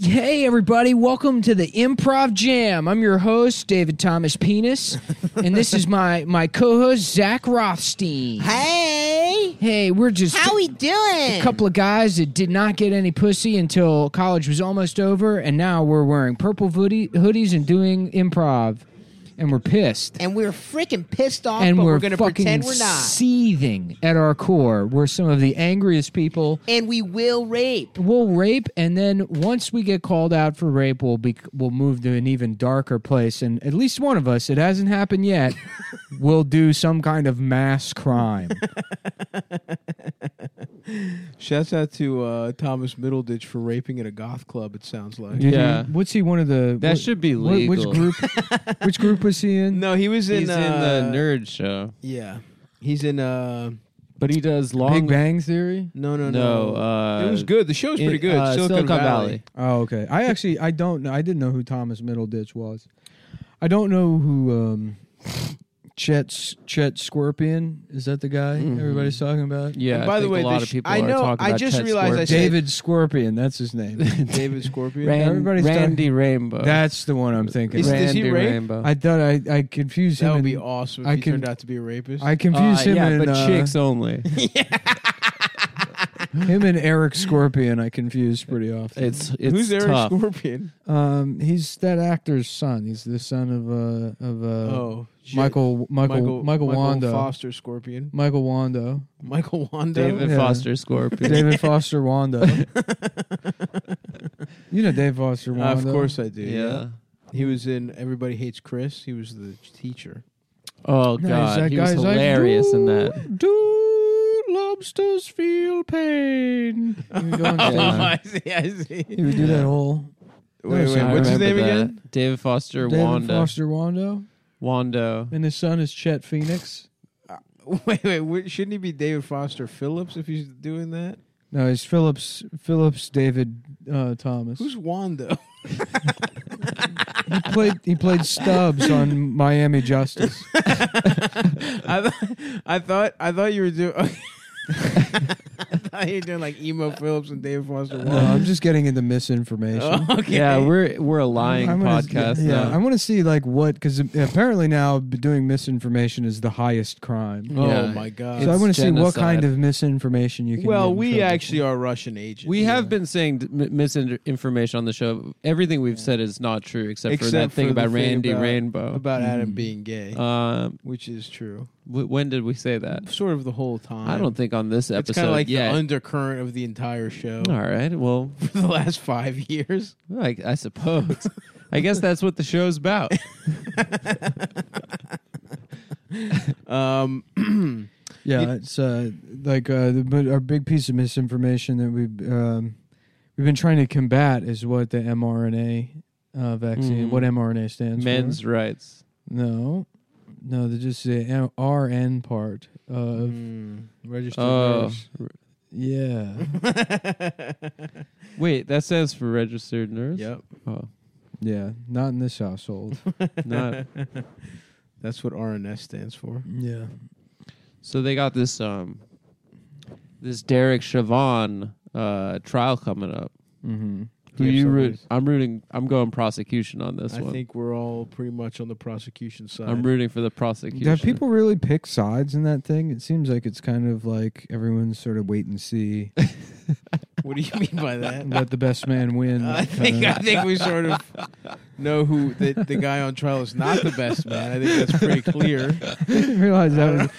Hey, everybody, welcome to the Improv Jam. I'm your host, David Thomas Penis, and this is my, my co host, Zach Rothstein. Hey, Hey, we're just how we a doing? couple of guys that did not get any pussy until college was almost over, and now we're wearing purple hoodie, hoodies and doing improv, and we're pissed. and we're freaking pissed off, And but we're, we're, gonna fucking pretend we're not. seething at our core. We're some of the angriest people and we will rape. we'll rape and then once we get called out for rape we'll be we'll move to an even darker place and at least one of us it hasn't happened yet will do some kind of mass crime Shouts out to uh, Thomas Middleditch for raping at a goth club. It sounds like. Did he- Yeah. what's he one of the That what- should be what- legal. which group which group was he in No, he was in. He's in uh, the nerd show. Yeah, he's in. Uh, But he does long. big bang theory no, no, no. No, uh, it was good. The show was in- pretty good. uh, Silicon, Valley. oh okay i actually i don't know i didn't know who thomas middleditch was i don't know who um Chet's Chet Scorpion is that the guy everybody's talking about? Yeah. And I by the think way, a lot the of sh- people I are know- talking I about just Ted realized I Scorpion. David Scorpion, that's his name. David Scorpion. Ran- Everybody's talking- Randy Rainbow. That's the one I'm thinking. Is- of. does Randy he rape? Rainbow. I thought I I confused him. that would and- be awesome. If I he can- turned out to be a rapist. I confused Uh, him yeah, and but uh, chicks only. him and Eric Scorpion. I confused pretty often. It's it's Who's Eric tough. Scorpion? Um, he's that actor's son. He's the son of uh of uh Oh, shit. Michael Michael Michael Michael Wando Foster Scorpion. Michael Wando Michael Wando. David Yeah. Foster Scorpion. David Foster Wando. you know Dave Foster Uh, Wando. of course I do. yeah. He was in Everybody Hates Chris. He was the teacher. Oh Nice. god, That he was guy's like, hilarious in that. "Do- Do lobsters feel pain? He would go on stage and- see. Yeah. Oh, I see. He would do that whole Wait, wait. I What's his name remember that. again? David Foster David Wanda. Foster Wando, Wando. and his son is Chet Phoenix. Uh, Wait, wait, wait, shouldn't he be David Foster Phillips if he's doing that? No, he's Phillips Phillips David uh, Thomas. Who's Wanda? he played he played Stubbs on Miami Justice. I, th- I thought I thought you were doing. I thought you were doing like emo Phillips and David Foster No, Wallace. I'm just getting into misinformation. Oh, okay. Yeah, we're we're a lying I'm gonna- podcast. yeah, now. I want to see like what because apparently now b- doing misinformation is the highest crime. Oh Yeah. my god. so I it's want to see what genocide. kind of misinformation you can. get well, in we trouble for. actually are Russian agents. we have been saying d- m- misinformation on the show. Everything we've said is not true, except, for that thing for the about Randy about- Rainbow. about Adam being gay, um, which is true. w- when did we say that? Sort of the whole time. I don't think on this it's episode. kind of like yet. the undercurrent of the entire show All right. Well, for the last five years. I, I suppose. I guess that's what the show's about. Um, Yeah, it's uh, like uh, the, but our big piece of misinformation that we've um, we've been trying to combat is what the mRNA uh, vaccine, Mm. what mRNA stands Men's for. rights. No, no, they just say M- RN part of mm, registered Oh, nurse. yeah. wait. That stands for registered nurse. Yep. Oh, Yeah, not in this household. not. That's what RNS stands for. yeah. So they got this um, this Derek Chauvin uh, trial coming up. Mm-hmm. Who Yeah, you so root? there's- I'm rooting. I'm going prosecution on this I one. think we're all pretty much on the prosecution side. I'm rooting for the prosecution. Do people really pick sides in that thing? It seems like it's kind of like everyone's sort of wait and see, what do you mean by that? let the best man win. I think I think we sort of know who the, the guy on trial is not the best man. I think that's pretty clear. I didn't realize that was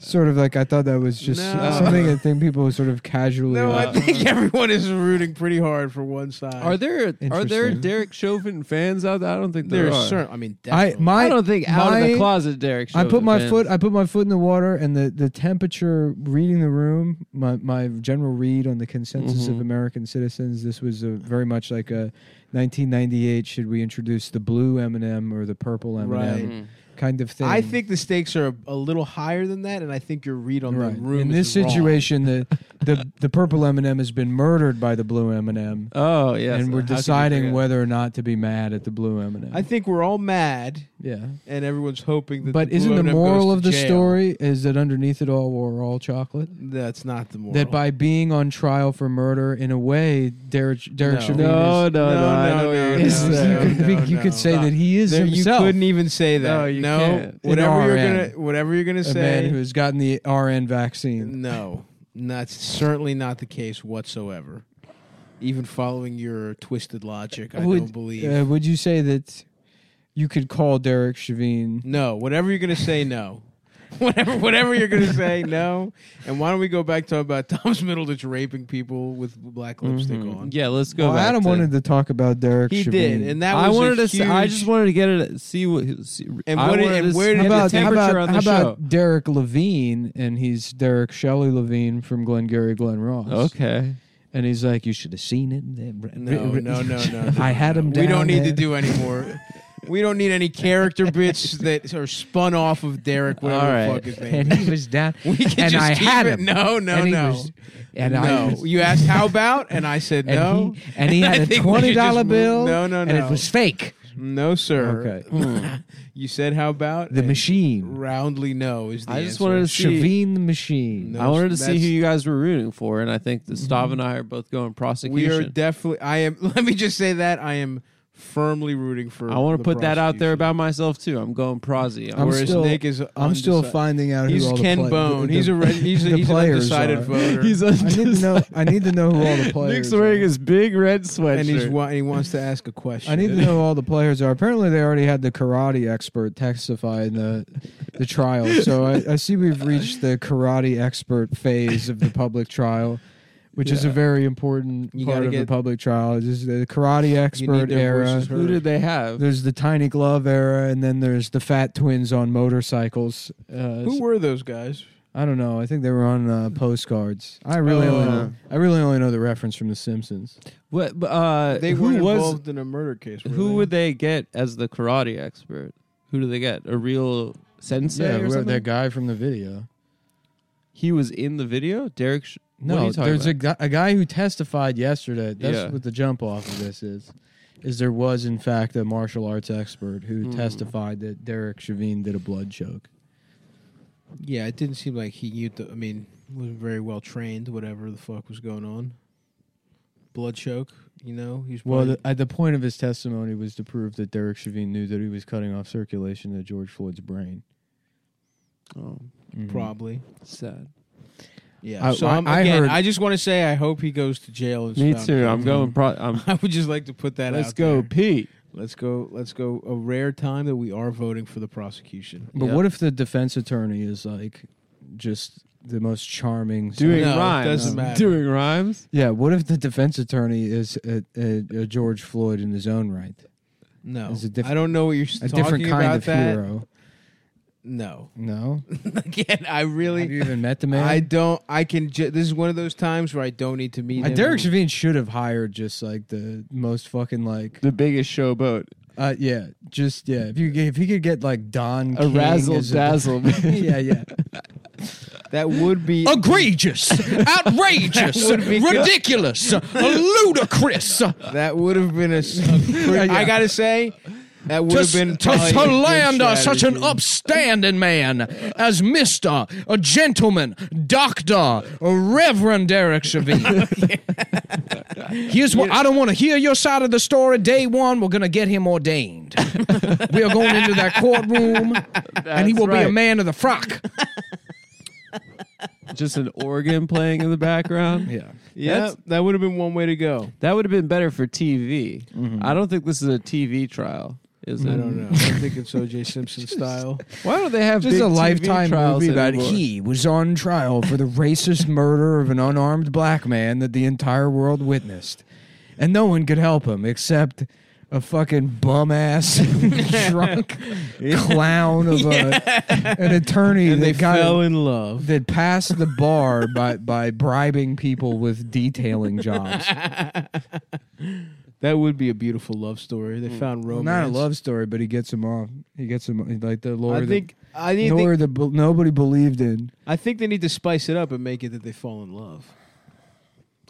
Sort of like I thought that was just No. something I think people sort of casually. uh, No, I like, think Uh, everyone is rooting pretty hard for one side. Are there are there Interesting. Derek Chauvin fans out there? I don't think there, There are. are certain. I mean, I definitely. my I don't think out of the my- closet Derek I Chauvin. put my fans. foot. I put my foot in the water, and the, the temperature. Reading the room, my my general read on the consensus Mm-hmm. of American citizens. This was a, very much like a 1998. Should we introduce the blue M and m or the purple M and Mm-hmm. Right. m kind of thing? I think the stakes are a, a little higher than that, and I think your read on Right. the in room is this wrong. situation, the, the the purple M and m has been murdered by the blue M and m Oh yeah, and we're deciding whether or not to be mad at the blue M and m I think we're all mad, yeah. and everyone's hoping that. But the isn't blue the M&M moral goes of to the jail. story is that underneath it all, we're all chocolate? That's not the moral. That by being on trial for murder, in a way, Derek, Derek No. Chauvin No, no, is- no, No, I no, know where no, you're is- going. no, you, could, no, be- you no. could say Stop. that he is There- you himself couldn't even say that. No, you can't. In whatever you're RN. gonna, whatever you're gonna a man who say. has gotten the RN vaccine. No, that's certainly not the case whatsoever. Even following your twisted logic, I don't believe. Uh, would you say that you could call Derek Chauvin? No, whatever you're gonna say, no. whatever, whatever you're gonna say, no. And why don't we go back to about Thomas Middleditch raping people with black lipstick Mm-hmm. on? Mm-hmm. Yeah, let's go. Well, back Adam to- wanted to talk about Derek he Chauvin. did, and that was I wanted to. a s- I huge- just wanted to get it. See what. See, And I what did- wanted and to s- where did get the the temperature how about, on the how show? about Derek Levine and he's Derek Shelley Levine from Glengarry Glen Ross. Okay. And he's like, you should have seen it. No, no, no, no. I had him. no. We don't down need to there. do any more. we don't need any character bits that are spun off of Derek, whatever All the right. fuck his name. And is. he was down. We can and just I keep had it. him. No, no, and he no. was- and I no, was, you asked how about, and I said and no. He, and he I had a think we should twenty dollar just move- bill. No, no, no. And it was fake. no, sir. Okay. you said how about The and machine. Roundly no is the I just answer. wanted to see. Chavine the machine. No. I wanted to see That's- who you guys were rooting for, and I think that Stav Mm-hmm. and I are both going We prosecution. are definitely. I am. Let me just say that I am firmly rooting for. I want the to put that out there prosecution. about myself too. I'm going prosy. I'm Whereas still- Nick is. I'm still undecided. finding out He's who all Ken the play- Bone. the- He's a re- he's a- the he's an players undecided are. voter. He's I need to know. I need to know who all the players. Nick's are. wearing his big red sweatshirt. and he's wa- and he wants to ask a question. I need to know all the players are. Apparently, they already had the karate expert testify in the the trial. So I, I see we've reached the karate expert phase of the public trial, which is a very important You part gotta of the get- public trial. This is the karate expert their era. voices heard. Who did they have? There's the tiny glove era, and then there's the fat twins on motorcycles. Uh, Who were those guys? I don't know. I think they were on uh, postcards. I really only Oh. know, I really only know the reference from The Simpsons. What? but, Uh, They were who was? involved in a murder case. were Who they? would they get as the karate expert? Who do they get? A real sensei or whoever- something? that guy from the video. He was in the video. Derek. Sh- what are No, you talking there's about? a guy, a guy who testified yesterday. That's Yeah. what the jump off of this is. Is there was in fact a martial arts expert who testified that Derek Chauvin did a blood choke. Yeah, it didn't seem like he knew. The, I mean, wasn't very well trained. Whatever the fuck was going on. Blood choke. You know, he's Well, probably- the, at the point of his testimony was to prove that Derek Chauvin knew that he was cutting off circulation to George Floyd's brain. Oh, Mm-hmm. probably. sad. Yeah. I- so I- I'm, I again, heard- I just want to say I hope he goes to jail. And is Me found too. I'm guilty. going. Pro- I'm. I would just like to put that Let's out. go, there. Pete. Let's go. Let's go. A rare time that we are voting for the prosecution. But Yeah. what if the defense attorney is like just the most charming? Doing No, it rhymes. doesn't matter. Doing rhymes. yeah, what if the defense attorney is a, a, a George Floyd in his own right? No, It's a diff- I don't know what you're A talking different kind about. of that hero. no, No? again, I Have you really, even met the man? I don't. I can. Ju- this is one of those times where I don't need to meet Uh, him. Derek Chauvin should have hired just like the most fucking like The biggest showboat. uh yeah just yeah if you if he could get like Don A King razzle as a- dazzle. yeah yeah That would be Oh. egregious, outrageous, ridiculous, ludicrous, That would have been a. s- a pretty- yeah. I gotta say, that would have to, been to, probably to a good land uh, such an strategy. upstanding man as Mister, a gentleman, Doctor, Reverend Derek Chauvin. Here's what I don't want to hear your side of the story. Day one, we're gonna get him ordained. we are going into that courtroom, and he That's will be a right. man of the frock. Just an organ playing in the background. yeah Yeah, That's- that would have been one way to go. Mm-hmm. That would have been better for TV. I don't think this is a TV trial. Is it? I don't know. I think it's O.J. Simpson style. Why don't they have Just big a TV lifetime trials movie about anymore? he was on trial for the racist murder of an unarmed black man that the entire world witnessed, and no one could help him except a fucking bum ass drunk clown of a, an attorney And that they got fell in love. that passed the bar by by bribing people with detailing jobs. That would be a beautiful love story. They found Well, romance. Mm. not a love story, but he gets him off. He gets him like the lawyer. I think I that, need. lawyer Think, that be- nobody believed in. I think they need to spice it up and make it that they fall in love.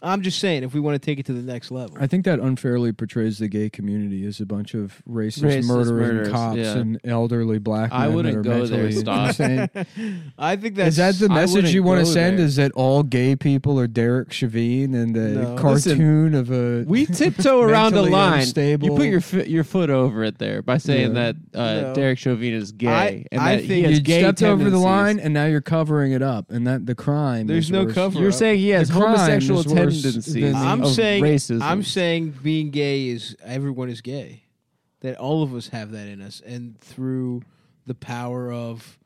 I'm just saying, if we want to take it to the next level, I think that unfairly portrays the gay community as a bunch of racist, Racist murdering murderers, cops yeah. and elderly black men. I that wouldn't are go there, mentally Stott. insane. I think Is that's that the I message wouldn't you want go to send? there. Is that all gay people are Derek Chauvin and the No. cartoon of a? We tiptoe around a Mentally line. unstable. You put your fi- your foot over it there by saying Yeah. that uh, No. Derek Chauvin is gay I- and I that he think- has you gay stepped over the tendencies. line, and now you're covering it up, and that the crime. There's is no worse. cover. You're saying he has The crime homosexual is worse than the- tendencies. I'm of saying racism. I'm saying being gay is everyone is gay. That all of us have that in us, and through the power of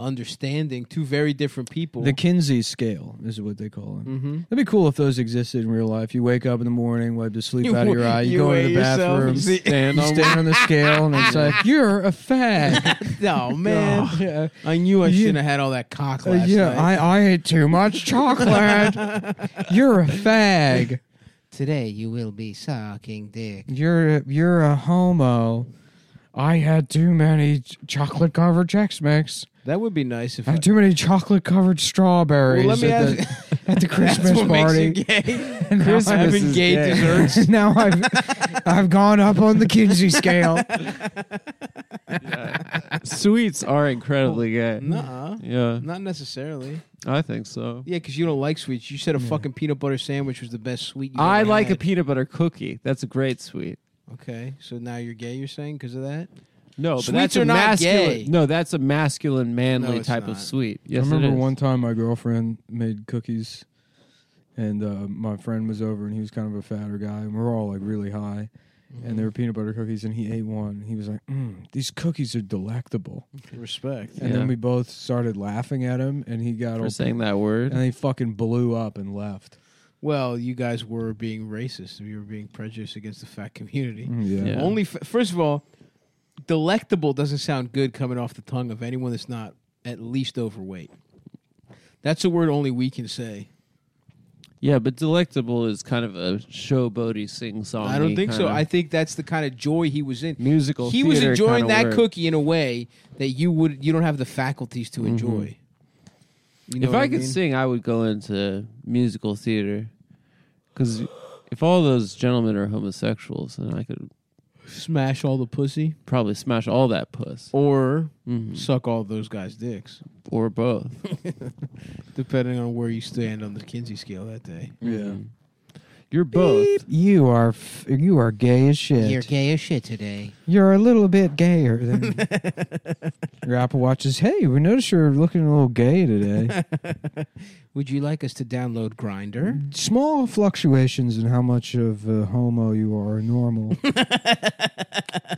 understanding, two very different people. Mm-hmm. The Kinsey scale is what they call it. Mm-hmm. That'd be cool if those existed in real life. You wake up in the morning, wipe the sleep You out of your wa- eye, you, you go into weigh the yourself, bathroom, you see- Stand you on- stand on the scale, and it's like you're a fag. oh man, yeah, I knew I Yeah. Uh, shouldn't have had all that cock last yeah. night. I, I ate too much chocolate. you're a fag. Today you will be sucking dick. You're a, you're a homo. I had too many chocolate covered Chex Mix. that would be nice if I had too many chocolate covered strawberries Well, let me at, the, at the Christmas what makes party. you gay. And now Christmas I've is been gay gay. desserts. now I've I've gone up on the Kinsey scale. sweets are incredibly gay. Nuh-uh. Yeah, Not necessarily. I think so. Yeah, because you don't like sweets. You said a fucking peanut butter sandwich was the best sweet. You I ever like a had. peanut butter cookie. That's a great sweet. Okay, so now you're gay. You're saying because of that? No, but Sweets that's a are not masculine. gay. No, that's a masculine, manly No, it's type of not. sweet. I Yes, remember it is. one time my girlfriend made cookies, and uh, my friend was over, and he was kind of a fatter guy, and we were all like really high, Mm-hmm. and there were peanut butter cookies, and he ate one, and he was like, mm, "These cookies are delectable," Respect. and Yeah. then we both started laughing at him, and he got for all saying that word. and he fucking blew up and left. Well, you guys were being racist. You were being prejudiced against the fat community. Yeah. Yeah. Only f- first of all, delectable doesn't sound good coming off the tongue of anyone that's not at least overweight. That's a word only we can say. Yeah, but delectable is kind of a showboaty sing song. I don't think so. I think that's the kind of joy he was in. Musical He was theater enjoying kinda that work. cookie in a way that you would you don't have the faculties to enjoy. You know Mm-hmm. if what I could mean? sing, I would go into musical theater because if all those gentlemen are homosexuals, then I could smash all the pussy probably smash all that puss or suck all those guys' dicks. or both. depending on where you stand on the Kinsey scale that day. Yeah. You're both. You are f- you are gay as shit. You're gay as shit today. You're a little bit gayer than your Apple Watch is. Hey, we notice you're looking a little gay today. Would you like us to download Grinder? Small fluctuations in how much of a homo you are are normal.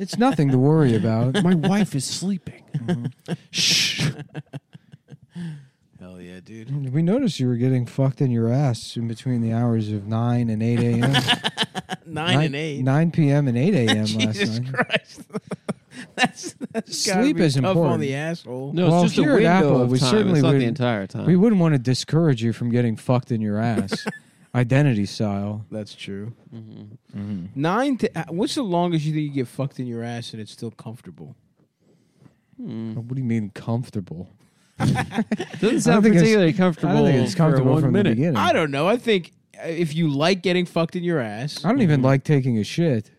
it's nothing to worry about. My wife is sleeping. Mm-hmm. Shh. Hell yeah, dude. We noticed you were getting fucked in your ass in between the hours of 9 and 8 a.m. 9, Nine, and eight. 9 p.m. and 8 a.m. last Jesus night. Christ. that's, that's gotta Sleep be is tough on important. the asshole. No, Well, it's just a here at window Apple, of we time. certainly it's not the wouldn't- entire time. We wouldn't want to discourage you from getting fucked in your ass. Identity style. That's true. Mm-hmm. Mm-hmm. Nine to uh, what's the longest you think you get fucked in your ass and it's still comfortable? Mm. What do you mean comfortable? doesn't I don't sound think it's- particularly comfortable. I don't think it's for comfortable one from minute. the beginning. I don't know. I think uh, if you like getting fucked in your ass, I don't even like taking a shit.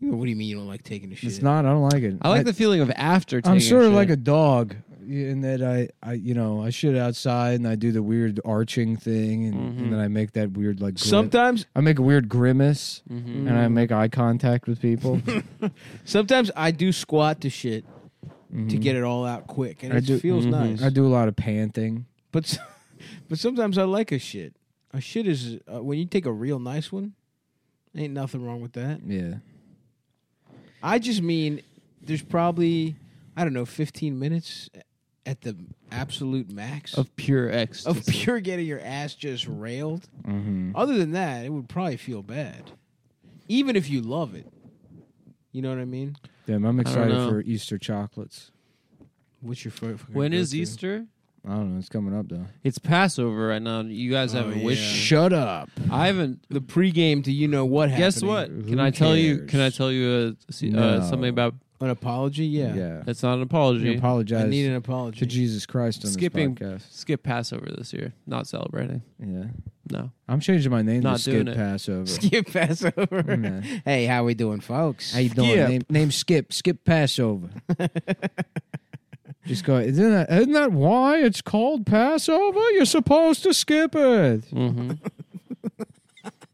what do you mean you don't like taking a shit? It's not. I don't like it. I like the feeling of after. I'm taking sort of like a shit. dog in that I, I, you know, I shit outside and I do the weird arching thing, and, and then I make that weird like. gri- Sometimes I make a weird grimace, and I make eye contact with people. Sometimes I do squat to shit to get it all out quick, and Mm-hmm. I it do- Mm-hmm. feels nice. I do a lot of panting. But s- but sometimes I like a shit. A shit is uh, when you take a real nice one. Ain't nothing wrong with that. Yeah. I just mean there's probably I don't know 15 minutes at the absolute max of pure ecstasy. of pure getting your ass just railed. Mm-hmm. Other than that, it would probably feel bad, even if you love it. You know what I mean? Damn, I'm excited know. for Easter chocolates. What's your first? when is Easter? I don't know. It's coming up though. It's Passover right now. You guys Oh, haven't wished. Oh, Shut up. I haven't. The pregame to you know what? Guess happening. what? Who Can I tell you? cares? Can I tell you a, see- No. uh, something about? An apology? Yeah. Yeah. That's not an apology. We apologize I need an to apology. Jesus Christ on Skipping, this skip Passover this year. Not celebrating. podcast. Yeah. No. I'm changing my name Not to doing Skip it. Passover. Skip Passover. Yeah. Hey, how we doing, folks? How you doing? Skip. Name, name Skip. Skip Passover. Just go. Isn't that, isn't that why it's called Passover? You're supposed to skip it. Mm-hmm.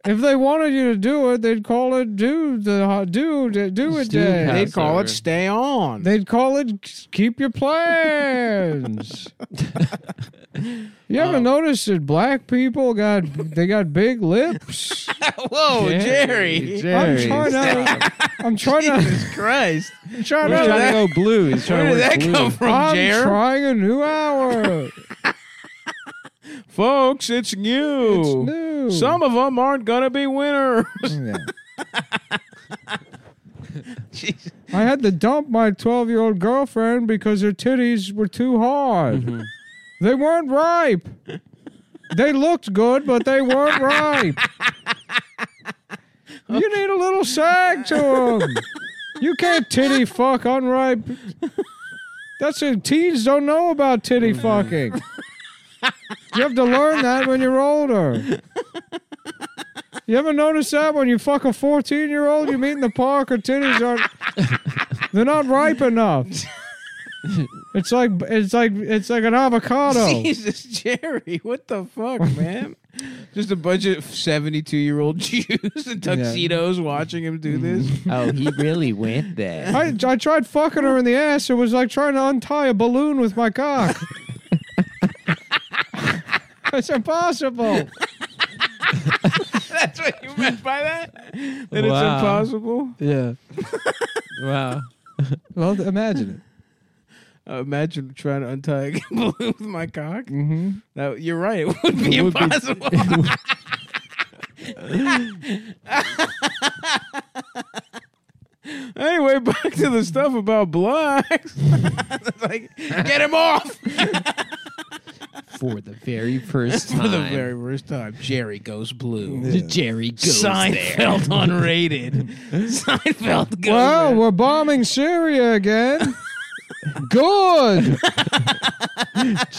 If they wanted you to do it, they'd call it do the do do it Stew day. Passover. They'd call it "Stay On." They'd call it keep your plans. you ever Um, noticed that black people got they got big lips? Whoa, Oh, Jerry! I'm trying to I'm trying to Christ, I'm trying He's trying to to go blue. He's trying where did to work that blue. come from, I'm Jerry? trying a new hour. folks, it's new. It's new. Some of them aren't gonna be winners. Yeah. I had to dump my 12 year old girlfriend because her titties were too hard. Mm-hmm. They weren't ripe. They looked good, but they weren't ripe. You need a little sag to them. You can't titty fuck unripe. That's it. Teens don't know about titty fucking. You have to learn that when you're older. You ever notice that when you fuck a 14 year old you meet in the park, her titties are they're not ripe enough. It's like it's like it's like an avocado. Jesus, Jerry, what the fuck, man? Just a bunch of seventy-two-year-old Jews in tuxedos watching him do this. Mm-hmm. Oh, he really went there. I, I tried fucking her in the ass. It was like trying to untie a balloon with my cock. it's impossible. That's what you meant by that. That Wow. it's impossible. Yeah. wow. Well, imagine Uh, imagine trying to untie a balloon with my cock. it. Mm-hmm. Now, you're right. It would be impossible. anyway, back to the stuff about blocks. It's like, get him off For the very first for the very first time. Jerry goes blue. Jerry goes Seinfeld unrated. Seinfeld goes. Well, Oh, we're bombing Syria again. Good.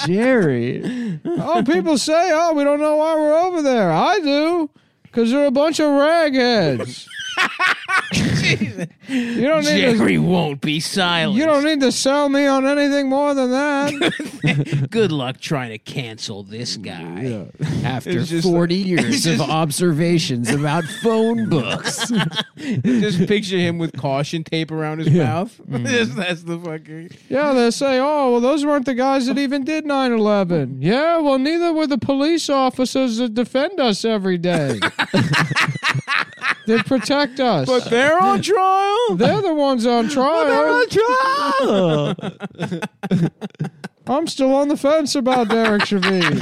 Jerry. Oh, people say, oh, we don't know why we're over there. I do, because they're a bunch of ragheads. you don't need to. Jerry won't be silent. You don't need to sell me on anything more than that. Good luck trying to cancel this guy. After It's just- 40 years of observations about phone books. Just picture him with caution tape around his mouth. that's the fucking. Yeah, they say, oh, well, those weren't the guys that even did 9 11. Yeah, well, neither were the police officers that defend us every day, that protect us. But they're on trial. they're the ones on trial. Oh. I'm still on the fence about Derek Chauvin.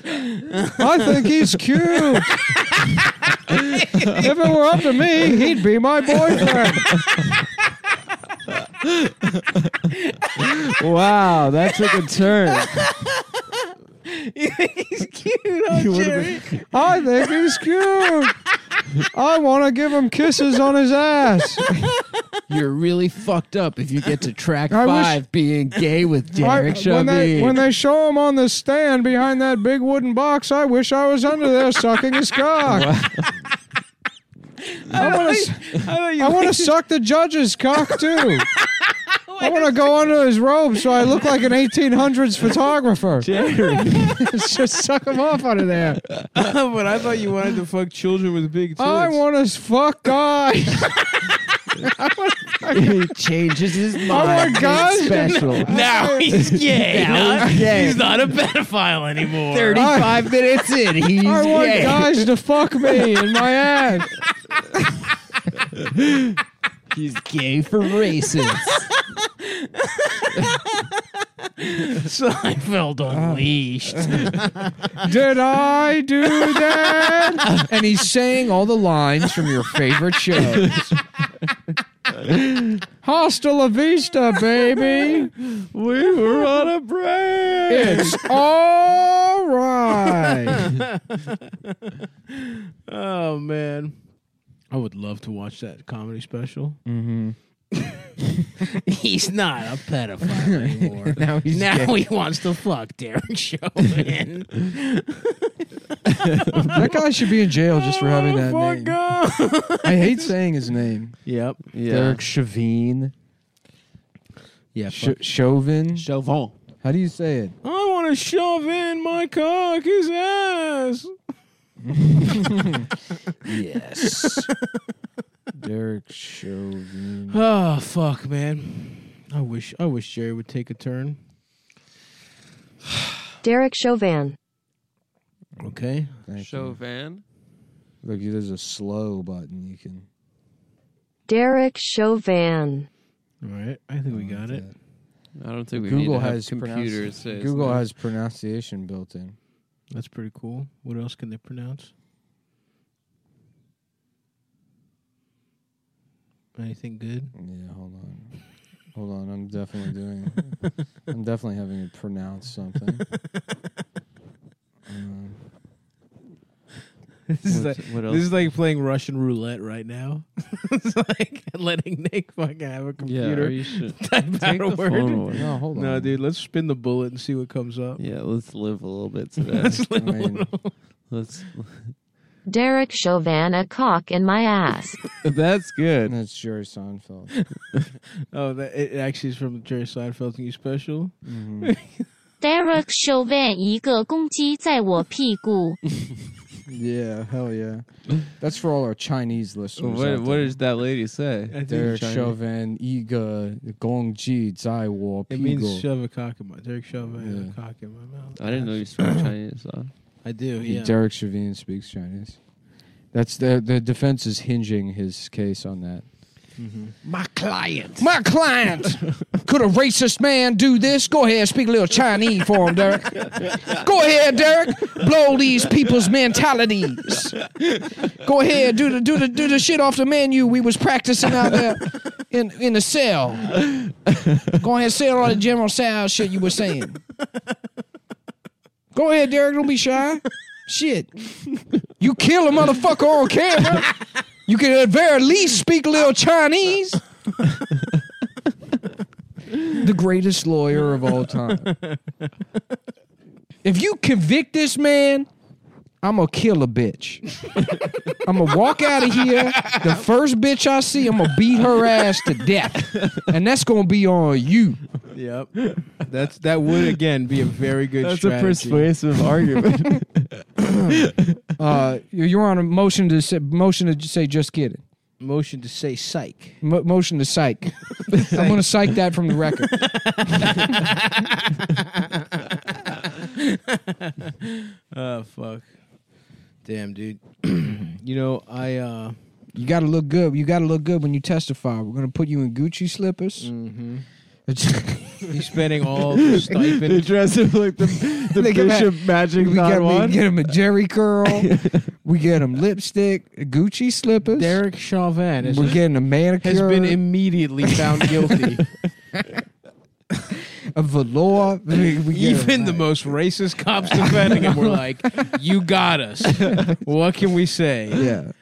I think he's cute. if it were up to me, he'd be my boyfriend. wow, that took a turn. He's cute, huh, Jerry? I think he's cute. I want to give him kisses on his ass. You're really fucked up if you get to track I wish- five being gay with I- Derek when, they, Chauvin. when they show him on the stand behind that big wooden box, I wish I was under there sucking his cock. I want to. I thought you I want to suck the judge's cock too. I want to go under his robe so I look like an 1800s photographer. Just suck him off under there. but I thought you wanted to fuck children with big tits. I want to fuck guys. he changes his Oh mind. my God. It's special. Now he's gay. Now not- he's gay. He's not a pedophile anymore. Uh, Thirty-five minutes in, he's I want gay. guys to fuck me in my ass. He's gay for racists. Seinfeld unleashed. Did I do that? And he's saying all the lines from your favorite shows. Hasta la vista, baby. We were on a break. It's all right. Oh man, I would love to watch that comedy special. Mm-hmm. he's not a pedophile anymore. now he's he wants to fuck Darren Chauvin. That guy should be in jail just Oh, for having that My name. God. I hate saying his name. Yep. Yeah. Derek Chauvin. Yeah. Sh- Chauvin. Chauvin. How do you say it? I want to shove in my cock his ass. yes. Derek Chauvin. Oh fuck, man. I wish I wish Jerry would take a turn. Derek Chauvin. Okay. Chauvin. Look, there's a slow button you can. Derek Chauvin. All right. I think we got it. I don't think we need Google to have has computers. computers. say his Google name. has pronunciation built in. That's pretty cool. What else can they pronounce? Anything good? Yeah, hold on. Hold on, I'm definitely doing I'm definitely having it pronounce something. Um, This is like What's- what else? this is like playing Russian roulette right now. it's like letting Nick fucking have a yeah, computer or you should type take out a the phone word. away. no, hold on. No, dude, let's spin the bullet and see what comes up. Yeah, let's live a little bit today. I mean, let's. Derek Chauvin a cock in my ass. That's good. that's Jerry Seinfeld. Oh, that it actually is from Jerry Seinfeld's new special. Mm-hmm. Derek Chauvin 一个公鸡在我屁股。 Yeah, hell yeah. That's for all our Chinese listeners. What out what there. does that lady say? I think Derek China- Chauvin, Iga, Gong Ji, Zai Wo, It means Pigo. shove a cock in my Derek shove a Yeah. cock in my mouth. I didn't know you spoke Chinese. Huh? I do. Yeah. Derek Chauvin speaks Chinese. That's the the defense is hinging his case on that. My client. My client. Could a racist man do this? Go ahead, speak a little Chinese for him, Derek. Go ahead, Derek. Blow these people's mentalities. Go ahead, do the do the do the shit off the menu we was practicing out there in in the cell. Go ahead, say all the General Sal shit you were saying. Go ahead, Derek. Don't be shy. Shit, you kill a motherfucker on camera. You can at very least speak a little Chinese the greatest lawyer of all time. if you convict this man, I'm gonna kill a bitch. I'm gonna walk out of here. The first bitch I see, I'm gonna beat her ass to death, and that's gonna be on you. Yep. That's that would again be a very good strategy. persuasive argument. Uh, you- you're on a motion to say, motion to say just kidding. Motion to say psych. Mo motion to psych. I'm gonna psych that from the record. Oh fuck. Damn, dude. you know, I uh You gotta look good. You gotta look good when you testify. We're gonna put you in Gucci slippers. he's spending all the they stipend. dress him like the, the Look at that. bishop magic We get, we Don get him a jerry curl. we get him lipstick, Gucci slippers. Derek Chauvin is, We're getting a manicure, has been immediately found guilty. a velour. We, we get him, Even the like, most racist cops defending him were like, "You got us." what can we say? yeah.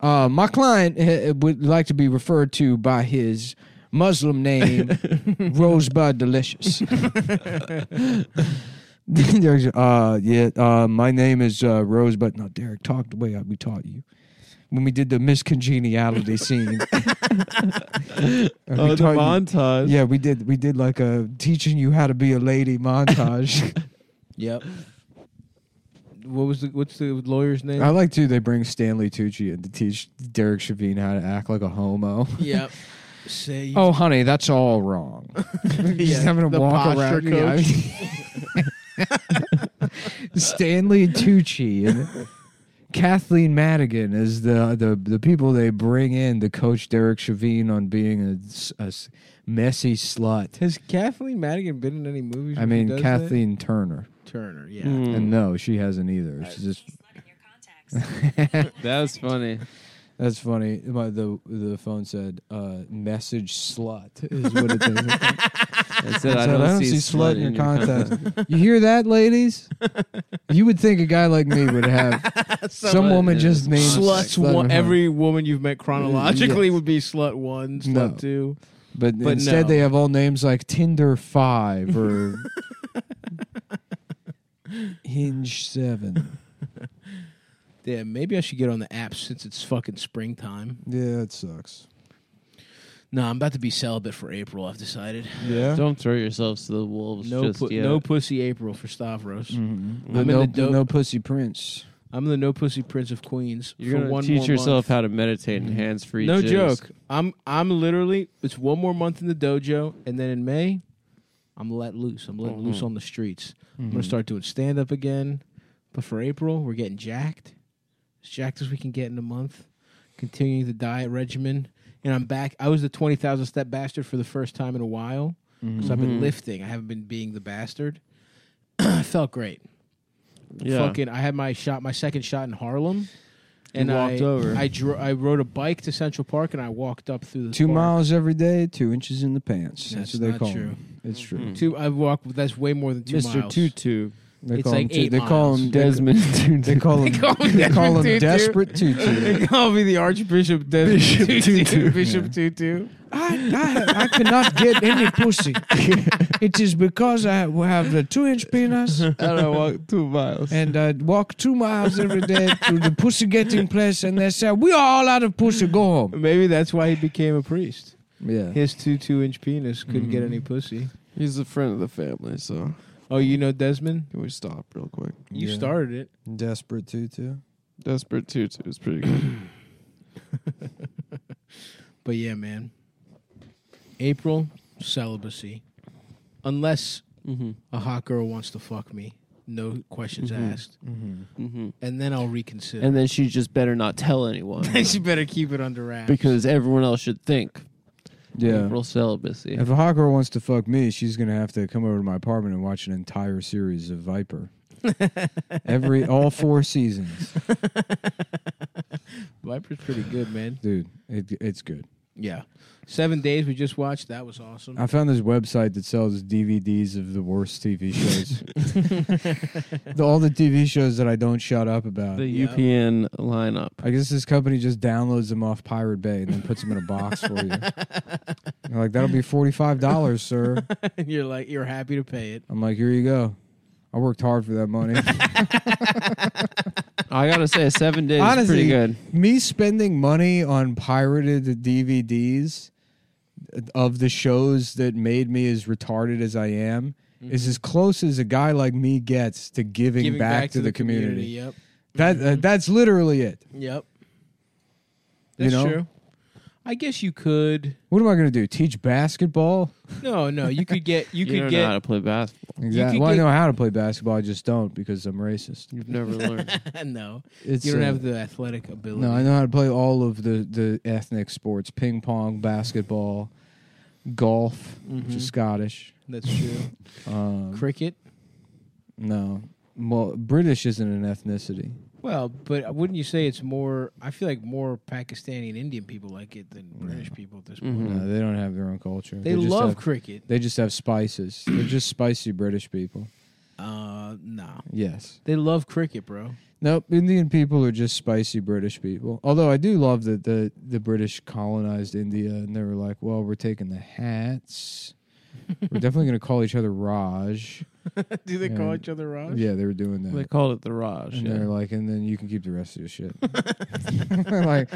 Uh, my client uh, would like to be referred to by his Muslim name, Rosebud Delicious. Derek's, uh, yeah, uh, my name is uh, Rosebud. No, Derek, talk the way I, we taught you. When we did the miscongeniality scene, Uh, Oh, the taught you- montage. Yeah, we did. We did like a teaching you how to be a lady montage. Yep. what was the what's the lawyer's name? I like too. They bring Stanley Tucci in to teach Derek Chauvin how to act like a homo. yeah. Say Oh, honey, that's all wrong. He's having to the walk posture around. yeah, I mean- Stanley Tucci and Kathleen Madigan is the, the the people they bring in to coach Derek Chauvin on being a s- a, s- messy slut. has Kathleen Madigan been in any movies? I where she mean, does that? Kathleen Turner. Turner, yeah. Hmm. And no, she hasn't either. She's just That was funny. That's funny. My, the the phone said uh, "message slut" is what it says. I said, I don't see slut in your contest. you hear that, ladies? You would think a guy like me would have some woman is just named Sluts. slut one, in her- every woman you've met chronologically would be slut one, slut No. two. but, but instead no. they have all names like Tinder Five or Hinge Seven. Yeah, maybe I should get on the app since it's fucking springtime. Yeah, it sucks. No, I'm about to be celibate for April. I've decided. Yeah. Don't throw yourselves to the wolves No, just pu- yet. no pussy April for Stavros. The I'm in no, the dope- no pussy prince. I'm the no pussy prince of Queens. You're for gonna one teach more yourself month. how to meditate in hands free. No joke. I'm I'm literally it's one more month in the dojo, and then in May, I'm let loose. I'm letting loose on the streets. I'm gonna start doing stand up again. But for April, we're getting jacked. As jacked as we can get in a month. Continuing the diet regimen, and I'm back. I was the twenty thousand step bastard for the first time in a while Mm-hmm. because I've been lifting. I haven't been being the bastard. I felt great. Yeah. Fucking, I had my shot, my second shot in Harlem. And walked I, over. I dro- I rode a bike to Central Park and I walked up through the Two park. miles every day, two inches in the pants. That's, That's what they not call true. them. It's true. Two. I walked. That's way more than two Mr. miles. Tutu. They It's call like him. eight they call him miles. Desmond. They call him. call him they call him Desmond Tutu. Desperate Tutu. They call me the Archbishop Desmond Bishop Tutu. Bishop Tutu. I, I, I cannot get any pussy. it is because I have a two-inch penis And I walked two miles. and I walk two miles every day to the pussy getting place, and they say we are all out of pussy. Go home. Maybe that's why he became a priest. Yeah. His two two-inch penis couldn't get any pussy. He's a friend of the family, so Oh, you know Desmond? can we stop real quick? You Yeah. started it. Desperate Tutu. Desperate Tutu is pretty good. But yeah, man. April celibacy, unless Mm-hmm. a hot girl wants to fuck me, no questions asked, and then I'll reconsider. And then she just better not tell anyone she better keep it under wraps because everyone else should think Yeah. April celibacy. If a hot girl wants to fuck me, she's gonna have to come over to my apartment and watch an entire series of Viper. Every all four seasons, Viper's pretty good, man. dude. It, it's good. Yeah, seven days we just watched. That was awesome. I found this website that sells DVDs of the worst TV shows. The- all the TV shows that I don't shut up about. the Yeah. UPN lineup. I guess this company just downloads them off Pirate Bay and then puts them in a box for you. They're like, that'll be $45, sir. and you're like, you're happy to pay it. I'm like, here you go. I worked hard for that money. I gotta say, seven days is pretty good. me spending money on pirated DVDs of the shows that made me as retarded as I am is as close as a guy like me gets to giving, Mm-hmm. Giving back, to, the, community. Yep, That uh, that's literally it. yep. You That's know? true. I guess you could. What am I going to do? Teach basketball? No, Oh, no, you could get. You, You, could don't get. know how to play basketball. Exactly. could Well, get- I know how to play basketball. I just don't because I'm racist. You've never learned. no, It's, you don't uh, have the athletic ability. No, I know how to play all of the, the ethnic sports ping pong, basketball, golf, which is Scottish. Mm-hmm. That's true. Um, Cricket. no. Well, British isn't an ethnicity. Well, but wouldn't you say it's more? I feel like more Pakistani and Indian people like it than British people at this point. Mm-hmm. No, they don't have their own culture. They, just love have- cricket. They just have spices. They're just spicy British people. Uh, no, Yes. they love cricket, bro. Nope. Indian people are just spicy British people. Although I do love that the, the British colonized India and they were like, well, we're taking the hats. we're definitely going to call each other Raj. Do they Yeah. call each other Raj? Yeah, they were doing that. they called it the Raj. And yeah. they're like, and then you can keep the rest of your shit. like,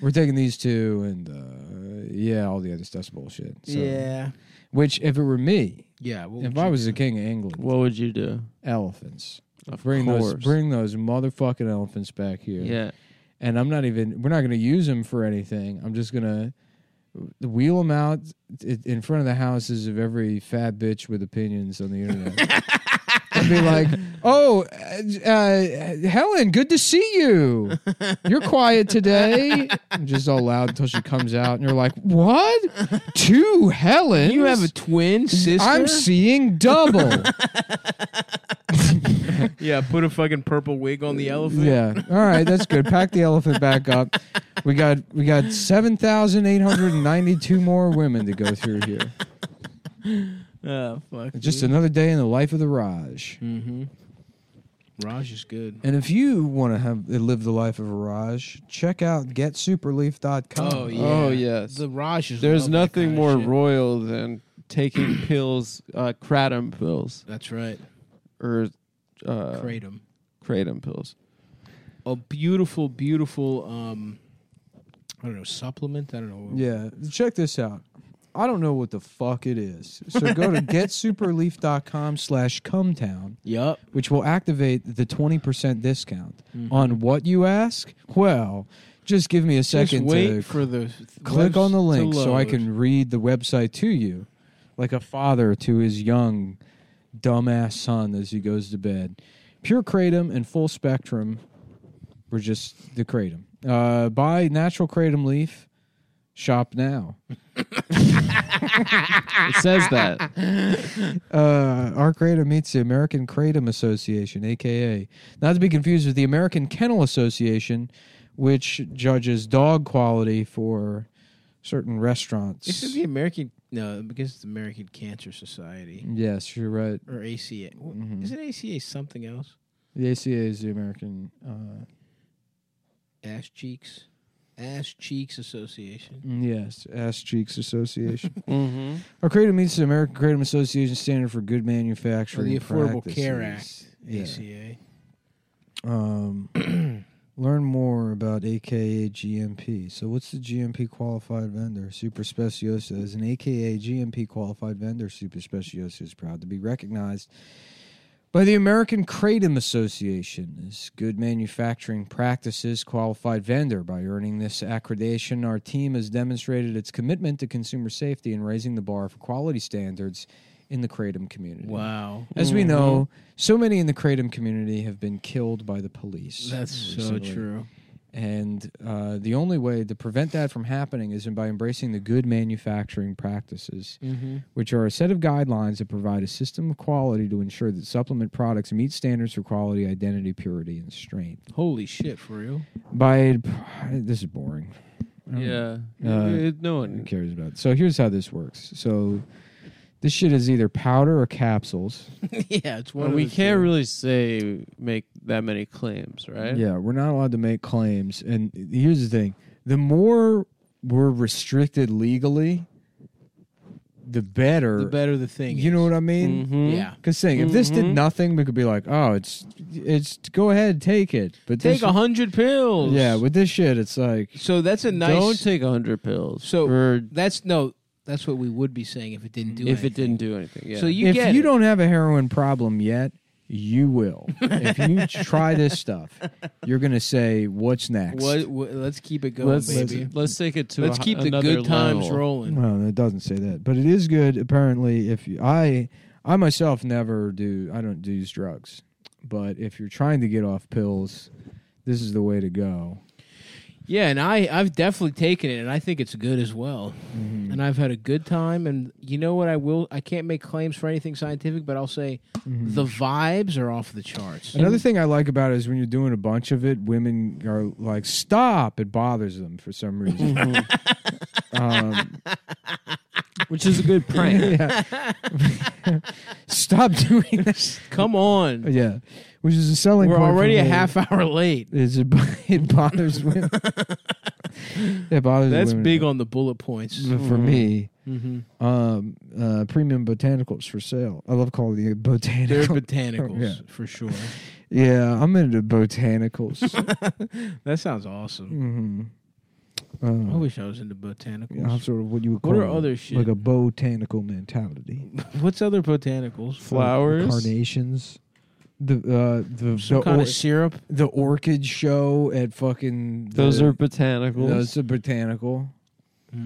we're taking these two, and uh, yeah, all the other stuff's bullshit. So, Yeah. Which, if it were me, Yeah. what If would I you was do? the king of England, What would you do? elephants. Of Bring those, course. bring those motherfucking elephants back here. Yeah. and I'm not even. We're not going to use them for anything. I'm just going to wheel them out i- in front of the houses of every fat bitch with opinions on the internet. And be like, oh, uh, uh, Helen, good to see you. You're quiet today. I'm just all loud until she comes out, and you're like, what? Two Helens? You have a twin sister. I'm seeing double. yeah. Put a fucking purple wig on the elephant. Yeah. All right, that's good. Pack the elephant back up. We got we got seven thousand eight hundred and ninety two more women to go through here. Oh fuck. Just another day in the life of the Raj. Mm-hmm. Raj is good. And if you want to have live the life of a Raj, check out getsuperleaf.com. Oh yeah. Oh, yes. The Raj is. There's love that nothing kinda more shit. royal than taking pills, uh, kratom pills That's right. or uh, Kratom. kratom pills. A beautiful, beautiful. Um, I don't know supplement. I don't know. Yeah, check this out. I don't know what the fuck it is. So go to getsuperleaf.com slash cumtown, Yup. which will activate the 20% discount on what you ask? Well, just give me a second Mm-hmm. Just wait to for the click on the webs to link so I load. can read the website to you, like a father to his young dumbass son as he goes to bed. Pure kratom and full spectrum were just the kratom. Uh, buy natural kratom leaf. Shop now. It says that. Um, Uh, our kratom meets the American Kratom Association, aka not to be confused with the American Kennel Association, which judges dog quality for certain restaurants. This is the American. No, because it's the American Cancer Society yes, you're right. or ACA. Wh- Mm-hmm. Is it ACA something else? The ACA is the American. Uh, Ass cheeks. Ass cheeks association. mm, yes, Ass Cheeks Association. Mm-hmm. Our Kratom meets the American Kratom Association standard for good Or manufacturing. Oh, the Affordable Care practices. Act. Yeah. ACA. Um, learn more about AKA GMP. So, what's the GMP qualified vendor? Super Speciosa is an AKA GMP qualified vendor. Super Speciosa is proud to be recognized by the American Kratom Association as good manufacturing practices qualified vendor. By earning this accreditation, our team has demonstrated its commitment to consumer safety and raising the bar for quality standards in the Kratom community. Wow. As we know, so many in the kratom community have been killed by the police. That's so recently. true. And uh, the only way to prevent that from happening is by embracing the good manufacturing practices, Mm-hmm. which are a set of guidelines that provide a system of quality to ensure that supplement products meet standards for quality, identity, purity, and strength. Holy shit, for real. By this is boring. Yeah. Uh, It- no Who one. cares about? So here's how this works. So this shit is either powder or capsules. yeah, it's one. Well, of we the can't two. really say make that many claims, right? Yeah, we're not allowed to make claims. And here's the thing the more we're restricted legally, the better. The better Mm-hmm. the thing. you know is. what I mean? Mhm. Yeah. Because saying if this did Mhm. nothing, we could be like, oh, it's it's go ahead, take it. But Take this, a hundred pills. yeah, with this shit, it's like So that's a nice. Don't take hundred pills. So- for that's no. That's what we would be saying if it didn't do. if anything. it didn't do anything. Yeah. So you if get you it. don't have a heroin problem yet, you will. if you try this stuff, you're gonna say, what's next? What, what, let's keep it going, let's baby. let's take it to. Let's a, keep the another good times level. rolling. Well, it doesn't say that, but it is good. Apparently, if you, I, I myself never do, I don't do use drugs, but if you're trying to get off pills, this is the way to go. Yeah, and I I've definitely taken it, and I think it's good as well. Mm-hmm. And I've had a good time. And you know what? I will. I can't make claims for anything scientific, but I'll say Mm-hmm. the vibes are off the charts. Another thing I like about it is when you're doing a bunch of it, women are like, "Stop!" It bothers them for some reason. um, Mm-hmm. which is a good prank. yeah. Stop doing this. Come on, Yeah, which is a selling. we're point for already a me. half hour late. Is it, it bothers women. it bothers. That's women. big on the bullet points. But for me. Mm-hmm. um, uh, premium botanicals for sale. I love calling it They're botanical. botanicals Yeah. for sure. yeah, I'm into botanicals. That sounds awesome. hmm I Uh, wish I was into botanicals. I'm sort of what you would call What are other shit? like a botanical mentality. What's other botanicals? Flowers. carnations, the uh, the Some the, kind or- of syrup. the orchid show at fucking. Those the- are botanicals. Those are botanical. I The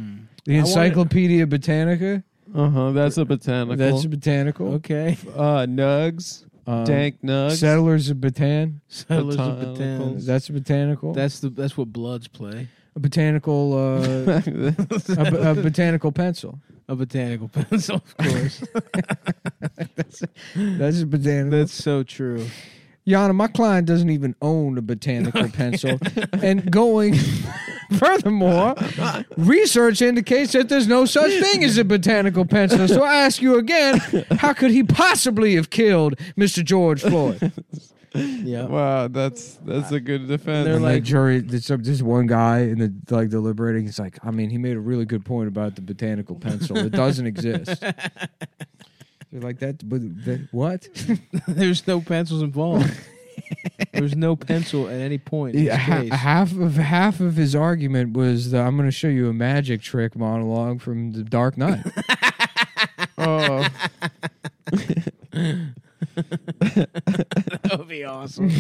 wanna- Encyclopedia Botanica. Uh huh. That's a botanical. That's a botanical. Okay. uh, nugs. Um, dank nugs. Settlers of Batan. Settlers of Botanicals. botanicals. That's a botanical. That's the that's what bloods play. a botanical. Uh, a, bo- a botanical pencil. A botanical pencil, of course. That's a botanical. that's so true. Yana, my client doesn't even own a botanical pencil. And going furthermore, research indicates that there's no such thing as a botanical pencil. So I ask you again, how could he possibly have killed Mr. George Floyd? Yeah. wow, that's that's a good defense. They're And like- the jury, there's some- this one guy in the like deliberating. He's like, I mean, he made a really good point about the botanical pencil. It doesn't exist. They're like that, but that, what? There's no pencils involved. There's no pencil at any point. In Yeah, this ha- case. half of half of his argument was the, I'm going to show you a magic trick monologue from The Dark Knight. oh, That would be awesome.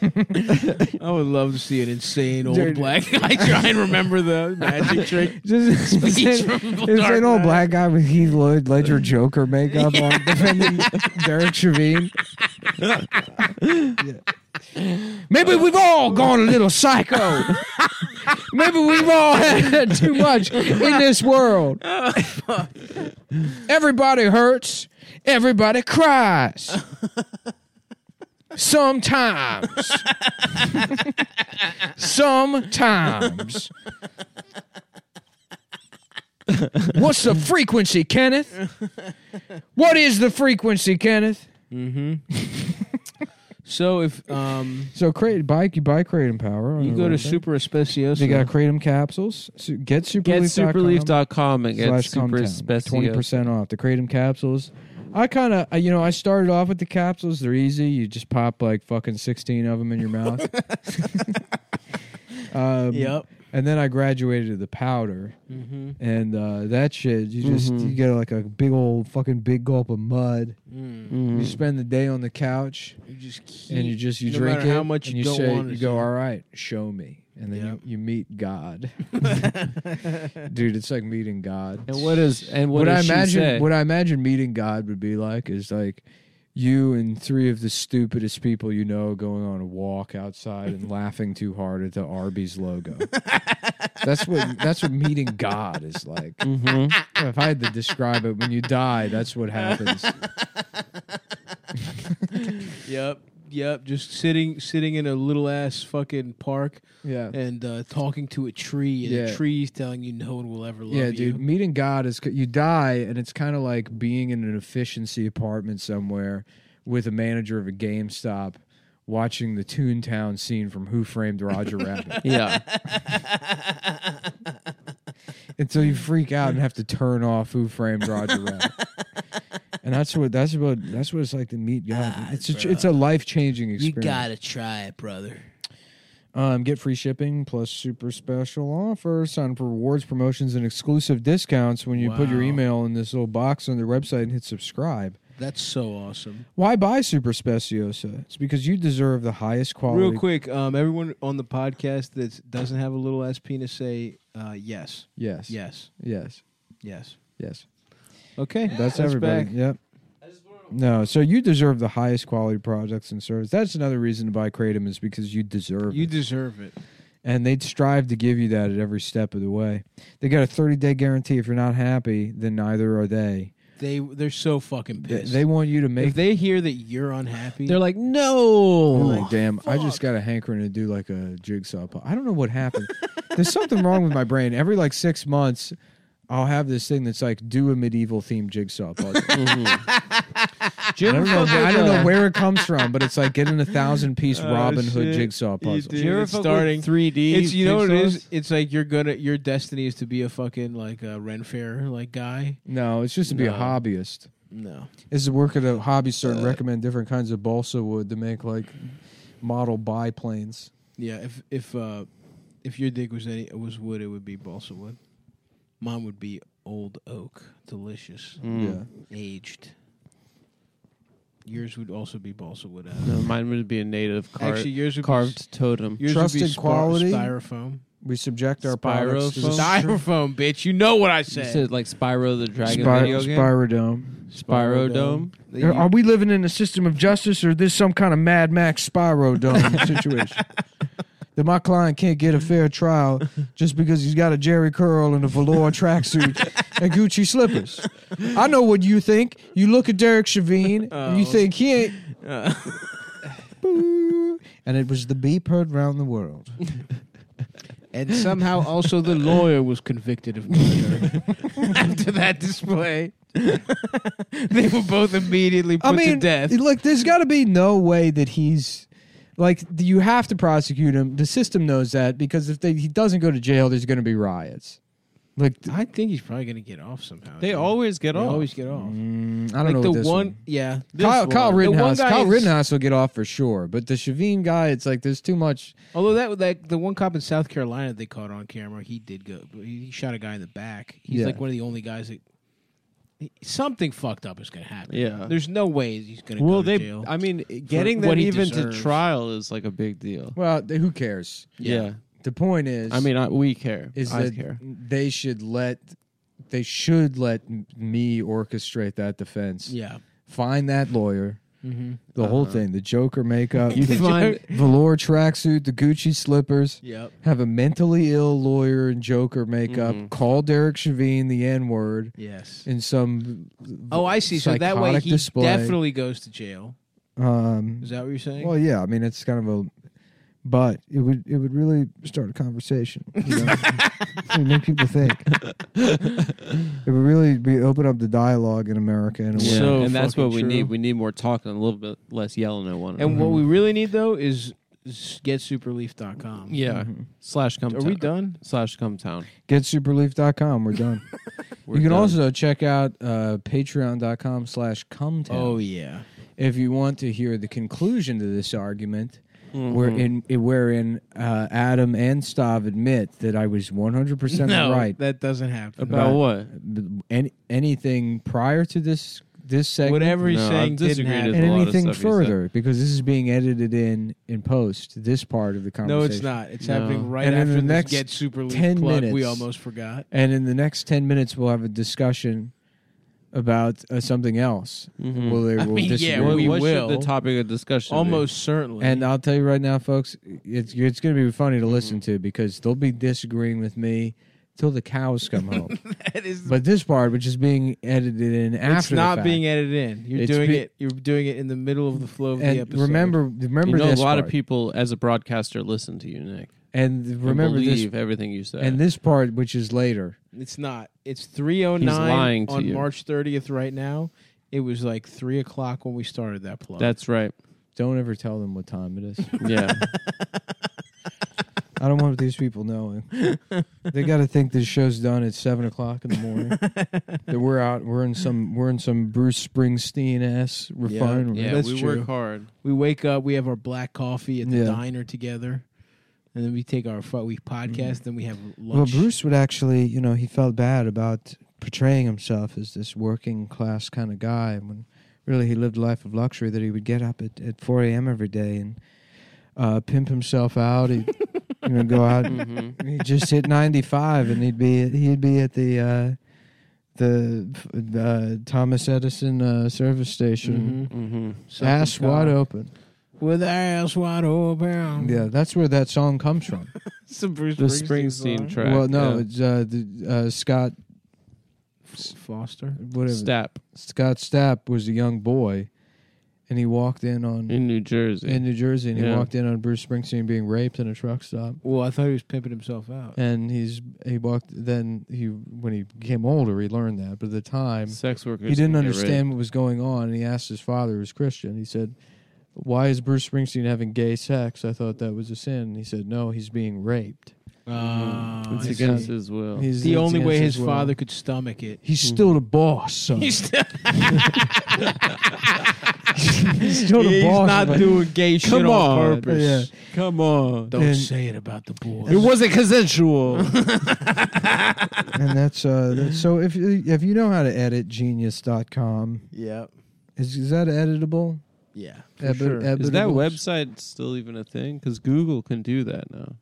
I would love to see an insane old Dude. black guy try and remember the magic trick. Just it's Speech an- from it's Dark an old Knight. black guy with Heath Led- Ledger Joker makeup on defending Derek Chauvin. Maybe we've all gone a little psycho. Maybe we've all had too much in this world. Everybody hurts. Everybody cries. Sometimes. Sometimes. What's the frequency, Kenneth? What is the frequency, Kenneth? So if um, So create buy you buy kratom power. on you their go to website. Super Espacioso, They got kratom capsules. So get get superleaf.com superleaf.com and get slash super twenty special. percent off the kratom capsules. I kind of you know I started off with the capsules. They're easy. You just pop like fucking sixteen of them in your mouth. um, Yep. And then I graduated to the powder, and uh, that shit you just you get like a big old fucking big gulp of mud. You spend the day on the couch, you just keep, and you just you no drink matter it. how much and you, you don't say want you it. go, all right, show me, and then Yep. you, you meet God. Dude, it's like meeting God. And what is and what, What, I does she imagine say? what I imagine meeting God would be like is like you and three of the stupidest people you know going on a walk outside and laughing too hard at the Arby's logo. that's what that's what meeting God is like. Mm-hmm. If I had to describe it, when you die, that's what happens. Yep, yep. Just sitting sitting in a little ass fucking park Yeah. and uh, talking to a tree, and the Yeah. tree's telling you no one will ever love yeah, you. dude. Meeting God is you die, and it's kind of like being in an efficiency apartment somewhere with a manager of a GameStop, watching the Toontown scene from Who Framed Roger Rabbit yeah, until you freak out and have to turn off Who Framed Roger Rabbit. And that's what that's what that's what it's like to meet God. it's a, it's a life changing Ah, You experience. gotta try it, brother. Um, get free shipping plus super special offers. Sign up for rewards, promotions, and exclusive discounts when you put your Wow. email in this little box on their website and hit subscribe. That's so awesome. Why buy Super Speciosa? It's because you deserve the highest quality. Real quick, um, everyone on the podcast that doesn't have a little ass penis say uh, yes, Yes. yes, Yes. yes. Yes. Okay, That's everybody. back. Yep. No, so you deserve the highest quality products and service. That's another reason to buy Kratom is because you deserve You it. deserve it. and they strive to give you that at every step of the way. They got a 30 day guarantee. If you're not happy, then neither are they. They they're so fucking They, pissed. they want you to if make. they hear that you're unhappy, they're like no. Oh, like, damn, I just got a hankering to do like a jigsaw puzzle. I don't know what happened. There's something wrong with my brain. Every like six months, I'll have this thing that's like do a medieval themed jigsaw puzzle. Mm-hmm. Do you I ever don't know. fuck I with, don't uh, know where it comes from, but it's like getting a thousand piece Robin Hood Oh, shit. jigsaw You puzzle. do. do you ever It's fuck with starting- 3D. It's you know what it is. pixels? It's like you're gonna your destiny is to be a fucking like a Ren Fair like guy. No, it's just to be No. a hobbyist. No, Uh. It's the work of a hobby store and recommend different kinds of balsa wood to make like model biplanes. yeah. If if uh, if your dick was any was wood, it would be balsa wood. Mine would be old oak, delicious, Mm. Yeah. aged. Yours would also be balsa wood. Adam. No, mine would be a native car- Actually, yours would carved Be, totem. yours would Trusted be spar- quality? styrofoam. We subject our products to the Styrofoam? Styrofoam, bitch. You know what I You said. said like Spyro the Dragon Spy- video game. Spyrodome. Spyro Dome. That you- Are we living in a system of justice, or is this some kind of Mad Max Spyro Dome situation? That my client can't get a fair trial just because he's got a Jerry curl and a velour tracksuit and Gucci slippers. I know what you think. You look at Derek Chauvin, and Oh. you think he ain't. Uh. Boo. and it was the beep heard round the world. and somehow also the lawyer was convicted of murder after that display. they were both immediately put I mean, to death. look, there's got to be no way that he's like you have to prosecute him. The system knows that because if they, he doesn't go to jail, there's going to be riots. Like th- I think he's probably gonna get off somehow. They dude. always get They off. always get off. mm, I don't Like know the with this one, one. yeah. Kyle, Kyle one. The one Rittenhouse, guy Kyle is- Rittenhouse will get off for sure, but the Shaveen guy, it's like there's too much. Although that like the one cop in South Carolina they caught on camera, he did go. He shot a guy in the back. He's Yeah. like one of the only guys that something fucked up is gonna happen. Yeah. there's no way he's gonna Well, go to they. jail. I mean, getting what them he even deserves. to trial is like a big deal. Well, th- who cares? Yeah. The point is, I mean, I, we care. is I that care. they should let they should let m- me orchestrate that defense. yeah, Find that lawyer. The whole Uh-huh. thing, the Joker makeup, You the find- velour tracksuit, the Gucci slippers. yep, Have a mentally ill lawyer and Joker makeup. Mm-hmm. Call Derek Chauvin the N word yes. in some. Oh, I see. So that way psychotic he display. definitely goes to jail. Um, Is that what you're saying? well, yeah. I mean, it's kind of a. But it would it would really start a conversation. You know? it would make people think. It would really be open up the dialogue in America in a way. Yeah, So and that's fucking what we true. need. We need more talking, and a little bit less yelling at one. and another. what we really need though is s- getsuperleaf.com. yeah, slash come. Are town. we done? Slash come town. GetSuperleaf.com. We're done. We're you can done. also check out uh, patreon.com slash cumtown. Oh yeah. if you want to hear the conclusion to this argument, wherein, wherein uh, Adam and Stav admit that I was 100% No, right that doesn't happen. about Right. what? any, anything prior to this this segment Whatever he's No, saying I'm didn't disagreeing happen. There's and a lot of anything stuff he said. further because this is being edited in in post this part of the conversation. No, it's not. It's No. happening right And in after the this next Get Super Leaf 10 plug we minutes- almost forgot. And in the next 10 minutes we'll have a discussion about uh, something else. Mhm. Well, they will mean, yeah, disagree. what we what will. should the topic of discussion? be? Almost certainly. And I'll tell you right now, folks, it's it's going to be funny to listen Mm-hmm. to because they'll be disagreeing with me till the cows come home. that is but this part, which is being edited in after, it's the not fact. being edited in. You're It's doing be- it. You're doing it in the middle of the flow of the And episode. remember, remember You know, a this lot of part. people, as a broadcaster, listen to you, Nick. and and remember this, believe everything you say. and this part, which is later. it's not. It's three oh nine lying to on you. March thirtieth. Right now, it was like three o'clock when we started that plug. that's right. Don't ever tell them what time it is. Yeah, I don't want these people knowing. They got to think this show's done at seven o'clock in the morning. that we're out. We're in some. We're in some Bruce Springsteen ass refinery. yeah. That's we true. work hard. we wake up. We have our black coffee at the Yeah. diner together, and then we take our fu- we podcast. Then we have Mm-hmm. Well, lunch. Bruce would actually, you know, he felt bad about portraying himself as this working class kind of guy when really he lived a life of luxury that he would get up at, at 4 a.m. every day and uh, pimp himself out. He'd, you know, go out and Mm-hmm. he'd just hit 95 and he'd be, he'd be at the, uh, the uh, Thomas Edison uh, service station, Mm-hmm. ass Something wide cock. open. with our ass wide open. Yeah, that's where that song comes from. it's a Bruce The Springsteen, song. Springsteen track. well, no, it's uh, the uh, Scott, F- Foster. yeah. whatever. Step Scott Stapp was a young boy, and he walked in on in, in New Jersey. New Jersey, and he Yeah. walked in on Bruce Springsteen being raped in a truck stop. Well, I thought he was pimping himself out. And he's he walked. Then he when he became older, he learned that. But at the time, Sex workers. he didn't can get understand what was going on. And he asked his father, who was Christian. He said, "Why is Bruce Springsteen having gay sex? I thought that was a sin." And he said, "No, he's being raped." Uh, It's against his will. He's the it's only way against his will. father could stomach it. He's still the boss. Son. He's still, still the boss. not but- doing gay shit Come on, on. purpose. Yeah. Come on. Don't And- say it about the boy. It wasn't consensual. and that's uh. That's, so if if you know how to edit genius.com, yeah, is is that editable? yeah. Edit- editable? Is that website still even a thing? Because Google can do that now.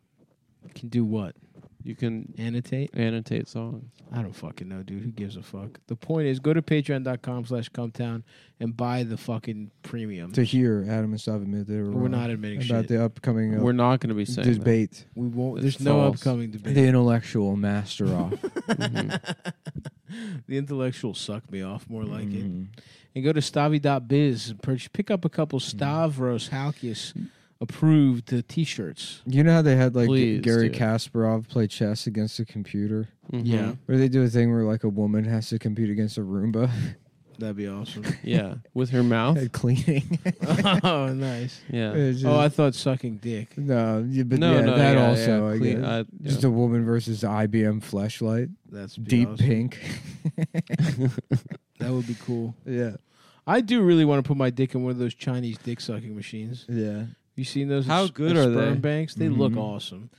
Can do what? You can Annotate? annotate songs. I don't fucking know, dude. Who gives a fuck? The point is, go to patreon.com slash cumtown and buy the fucking premium. to hear Adam and Stav admit they were We're wrong not admitting about shit. the upcoming uh, We're not going to be saying that. debate, we won't. It's There's no false. upcoming debate. the intellectual master off. The intellectuals suck me off, more like Mm. Mm-hmm. it. And go to stavi.biz and purchase, pick up a couple Stavros Halkias approved uh, t shirts. You know how they had like Please Gary do. Kasparov play chess against a computer, Mhm. Yeah. or they do a thing where like a woman has to compete against a Roomba That'd be awesome. Yeah. With her mouth? at cleaning. oh, nice. Yeah. It's just- Oh, I thought sucking dick. no, yeah, but No, uh, yeah, no, that yeah, also. yeah, I clean- guess. uh, Just yeah. a woman versus the IBM flashlight, That's deep awesome. pink. That would be cool. yeah, I do really want to put my dick in one of those Chinese dick sucking machines. yeah. You seen those? How s- good the are sperm they? banks? Mm-hmm. They look awesome.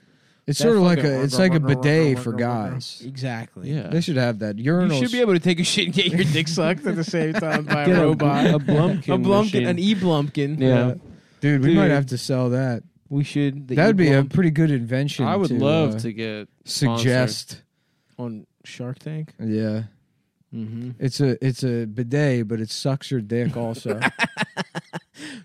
It's That sort of like fucking- a, it's like a bidet for guys. Exactly. Yeah. They should have that. You Urinals. should be able to take a shit and get your dick sucked at the same time by a robot. A Blumpkin. a blumpkin, machine. an e blumpkin. yeah. dude, we might Dude. have to sell that. we should. the That would be a e-blump pretty good invention. I would to, love uh, to get suggest. on Shark Tank. Yeah. Mm-hmm. It's a it's a bidet, but it sucks your dick also.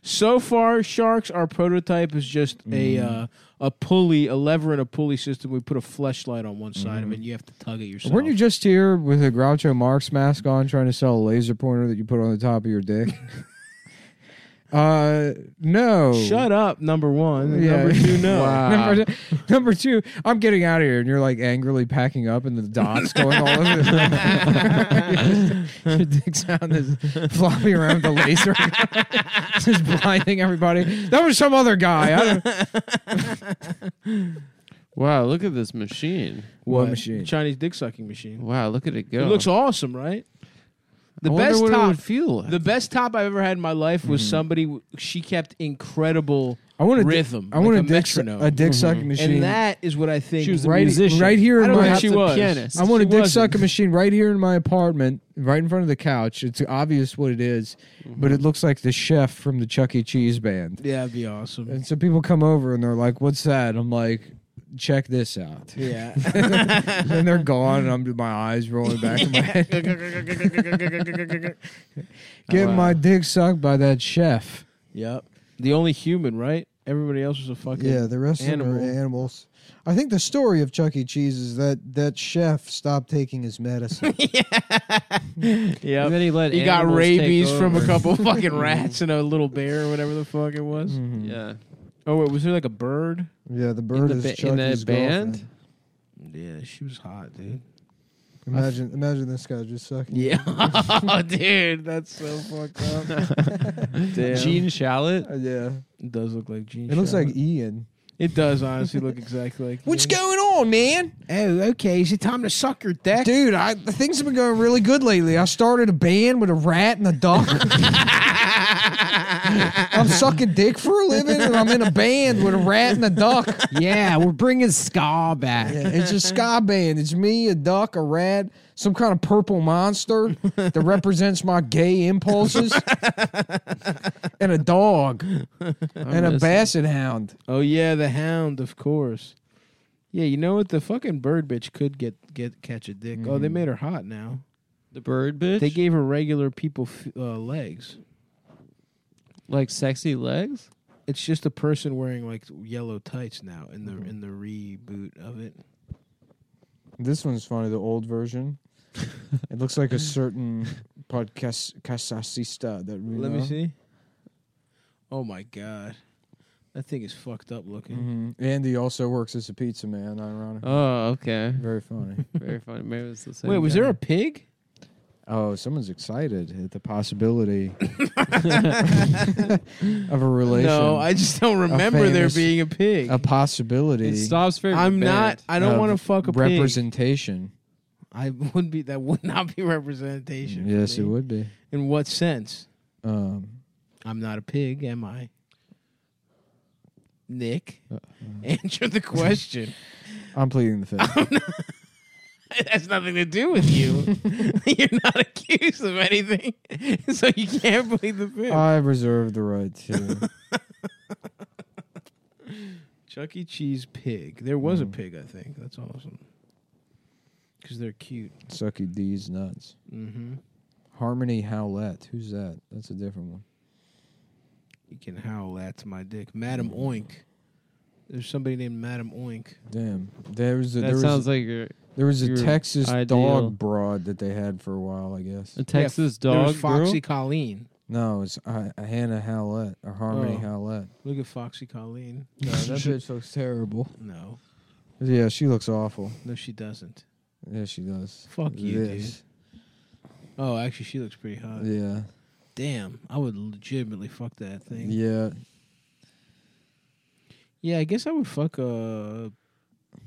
So far, sharks. Our prototype is just a Mm-hmm. uh, a pulley, a lever, and a pulley system. We put a fleshlight on one side Mm-hmm. of it. and You have to tug it yourself. Weren't you just here with a Groucho Marx mask on, trying to sell a laser pointer that you put on the top of your dick? uh, no. Shut up, number one. And Number two, no. number, two, number two, I'm getting out of here, and you're like angrily packing up, and the dots going all over. The your, dick sound is flopping around the laser, just blinding everybody. That was some other guy. I don't, Wow, look at this machine. what But machine? Chinese dick sucking machine. Wow, look at it go. It looks awesome, right? The Oh I wonder best what it top. would feel like. The best top I've ever had in my life was somebody. w- She kept incredible I want a di- rhythm. I want like a, a dick, su- metronome. Mm-hmm. a dick sucking machine. and that is what I think. She was a right, musician. right here I in don't my think she Perhaps a was. pianist. I want a She dick wasn't. sucking machine right here in my apartment, right in front of the couch. It's obvious what it is, but it looks like the chef from the Chuck E. Cheese band. Mm-hmm. Yeah, that'd be awesome. And so people come over and they're like, "What's that?" I'm like, "Check this out." Yeah. and they're gone, and I'm my eyes rolling back in my head. Get my dick sucked by that chef. yep. The only human, right? Everybody else was a fucking Yeah, the rest animal. of them are animals. I think the story of Chuck E. Cheese is that that chef stopped taking his medicine. Yep. And then he let He got animals rabies take from a over. couple fucking rats and a little bear or whatever the fuck it was. Mm-hmm. Yeah. Oh wait, was there like a bird? yeah, the In bird the, is ba- in Chucky's the band? girlfriend. Yeah, she was hot, dude. Imagine, imagine this guy just sucking. Yeah, dude, that's so fucked up. Damn. Gene Shalit? Uh, yeah, It does look like Gene. it looks Shalit. like Ian. it does honestly look exactly like. What's him. going on, man? Oh, okay. Is it time to suck your dick? Dude, I things have been going really good lately. I started a band with a rat and a duck. I'm sucking dick for a living, and I'm in a band with a rat and a duck. yeah, we're bringing ska back. Yeah, it's a ska band. It's me, a duck, a rat, some kind of purple monster that represents my gay impulses, and a dog, and a miss basset hound. Oh yeah, the hound, of course. Yeah, you know what? The fucking bird bitch could get get catch a dick. Oh, Mm-hmm. they made her hot now. The bird bitch? They gave her regular people f- uh, legs. like sexy legs? It's just a person wearing like yellow tights now in the Mm-hmm. in the reboot of it. This one's funny, the old version. it looks like a certain podcast casacista that we Let know. me see. Oh my god, that thing is fucked up looking. Mhm. Andy also works as a pizza man. Ironic. Oh, okay. Very funny. Very funny. Maybe it's the same. Wait, was guy. there a pig? Oh, someone's excited at the possibility of a relation. No, I just don't remember there famous- being a pig. a possibility. It's Stav's favorite. I'm not. I don't of want to fuck a pig. representation. I wouldn't be. That would not be representation. for Yes, it me. would be. In what sense? Um, I'm not a pig, am I? Nick, answer the question. I'm pleading the fifth. It has nothing to do with you. You're not accused of anything, so you can't plead the fifth. I reserve the right to. Chuck E. Cheese pig. There was a pig, I think. That's awesome. Because they're cute. Suck you these nuts. Mm-hmm. Harmony Howlett. Who's that? That's a different one. You can howl at my dick, Madam Oink. There's somebody named Madam Oink. Damn. There was a, That there was a- sounds like you're There was a Your Texas ideal. dog broad that they had for a while, I guess. a Texas There was dog Foxy girl. Colleen. No, it's uh, Hannah Howlett or Harmony Oh. Howlett. Look at Foxy Colleen. No, that bitch looks terrible. No, Yeah, she looks awful. no, she doesn't. Yeah, she does. Fuck you, This. Oh, actually, she looks pretty hot. Yeah, Damn, I would legitimately fuck that thing. Yeah, yeah. I guess I would fuck uh,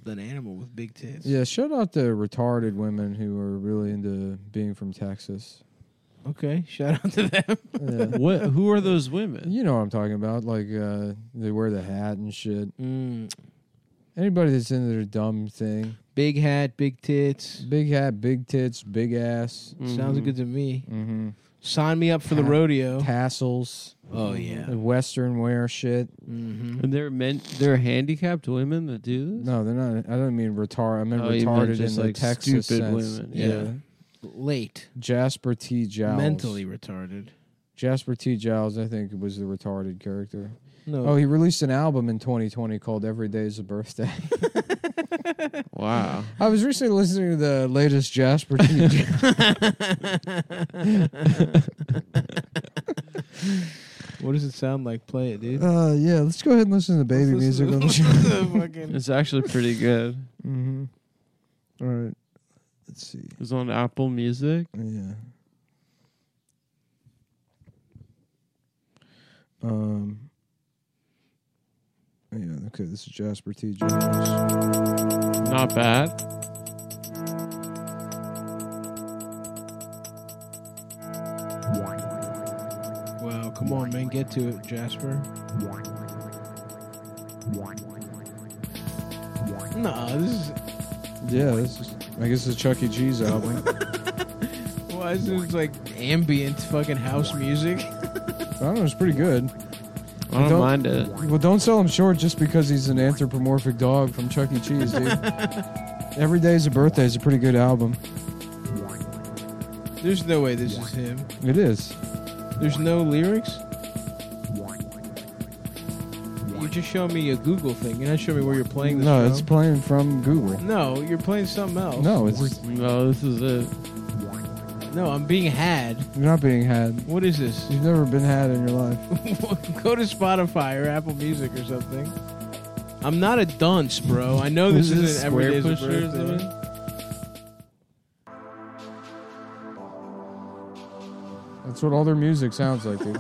an animal with big tits. Yeah, shout out to retarded women who are really into being from Texas. Okay, shout out to them. Yeah. What? Who are those women? you know what I'm talking about. Like, uh, they wear the hat and shit. Mm, Anybody that's into their dumb thing. big hat, big tits. Big hat, big tits, big ass. Sounds good to me. Mm-hmm. Sign me up for the rodeo. Tassels. Oh yeah. and Western wear shit. hmm And they're meant. They're handicapped women that do this. No, they're not. I don't mean retarded. I meant Oh, you meant retarded just in like the Texas stupid sense. women, yeah. Late. Jasper T. Giles. Mentally retarded. Jasper T. Giles, I think, was the retarded character. No. Oh, he released an album in 2020 called Every Day is a Birthday. Wow. I was recently listening to the latest Jasper T. Giles. what does it sound like? Play it, dude. Uh, yeah, let's go ahead and listen to baby Let's music listen on the to- show. fucking- It's actually pretty good. mm-hmm. All right. Let's see. It was on Apple Music. Yeah. Um. Yeah. Okay. This is Jasper T. Jones. Not bad. Wow, come on, man, get to it, Jasper. Nah, this is. Yeah. This is. I guess it's Chuck E. Cheese album. Why is this like ambient fucking house music? I don't know. It's pretty good. I don't, Don't- mind it. Well, don't sell him short just because he's an anthropomorphic dog from Chuck E. Cheese, dude. Every Day's a Birthday is a pretty good album. There's no way this is him. It is. There's no lyrics. You just show me a Google thing. You're not showing me where you're playing this. No, from. it's playing from Google. No, you're playing something else. No, it's No, this is it. no, I'm being had. you're not being had. What is this? You've never been had in your life. Go to Spotify or Apple Music or something. I'm not a dunce, bro. I know this Is this isn't every Square day's a Pusher or birthday. That's what all their music sounds like, dude.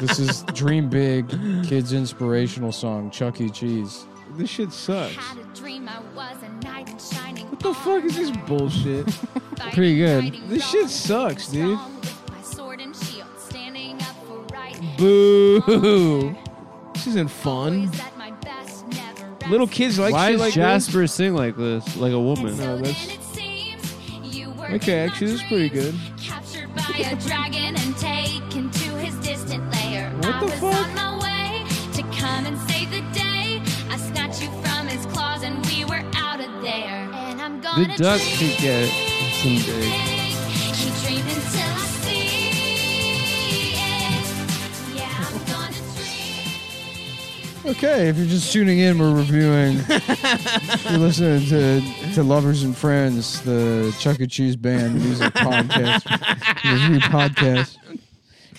this is Dream Big, kids' inspirational song, Chuck E. Cheese. This shit sucks. Had a dream I was a knight in shining What the fuck is this bullshit? Pretty good. This shit sucks, dude. Boo. This isn't fun. Little kids like Why shit does like Jasper sing like this? Like a woman? No, that's- Okay, actually, this is pretty good. What What the fuck? to come and save the day. I snatched you from his claws and we were out of there. And I'm The gonna duck dream should get someday. Keep dreaming till I see it. Yeah, I'm gonna dream. Okay, if you're just tuning in, we're reviewing. you're listening to, to Lovers and Friends, the Chuck E. Cheese Band music podcast, review podcast.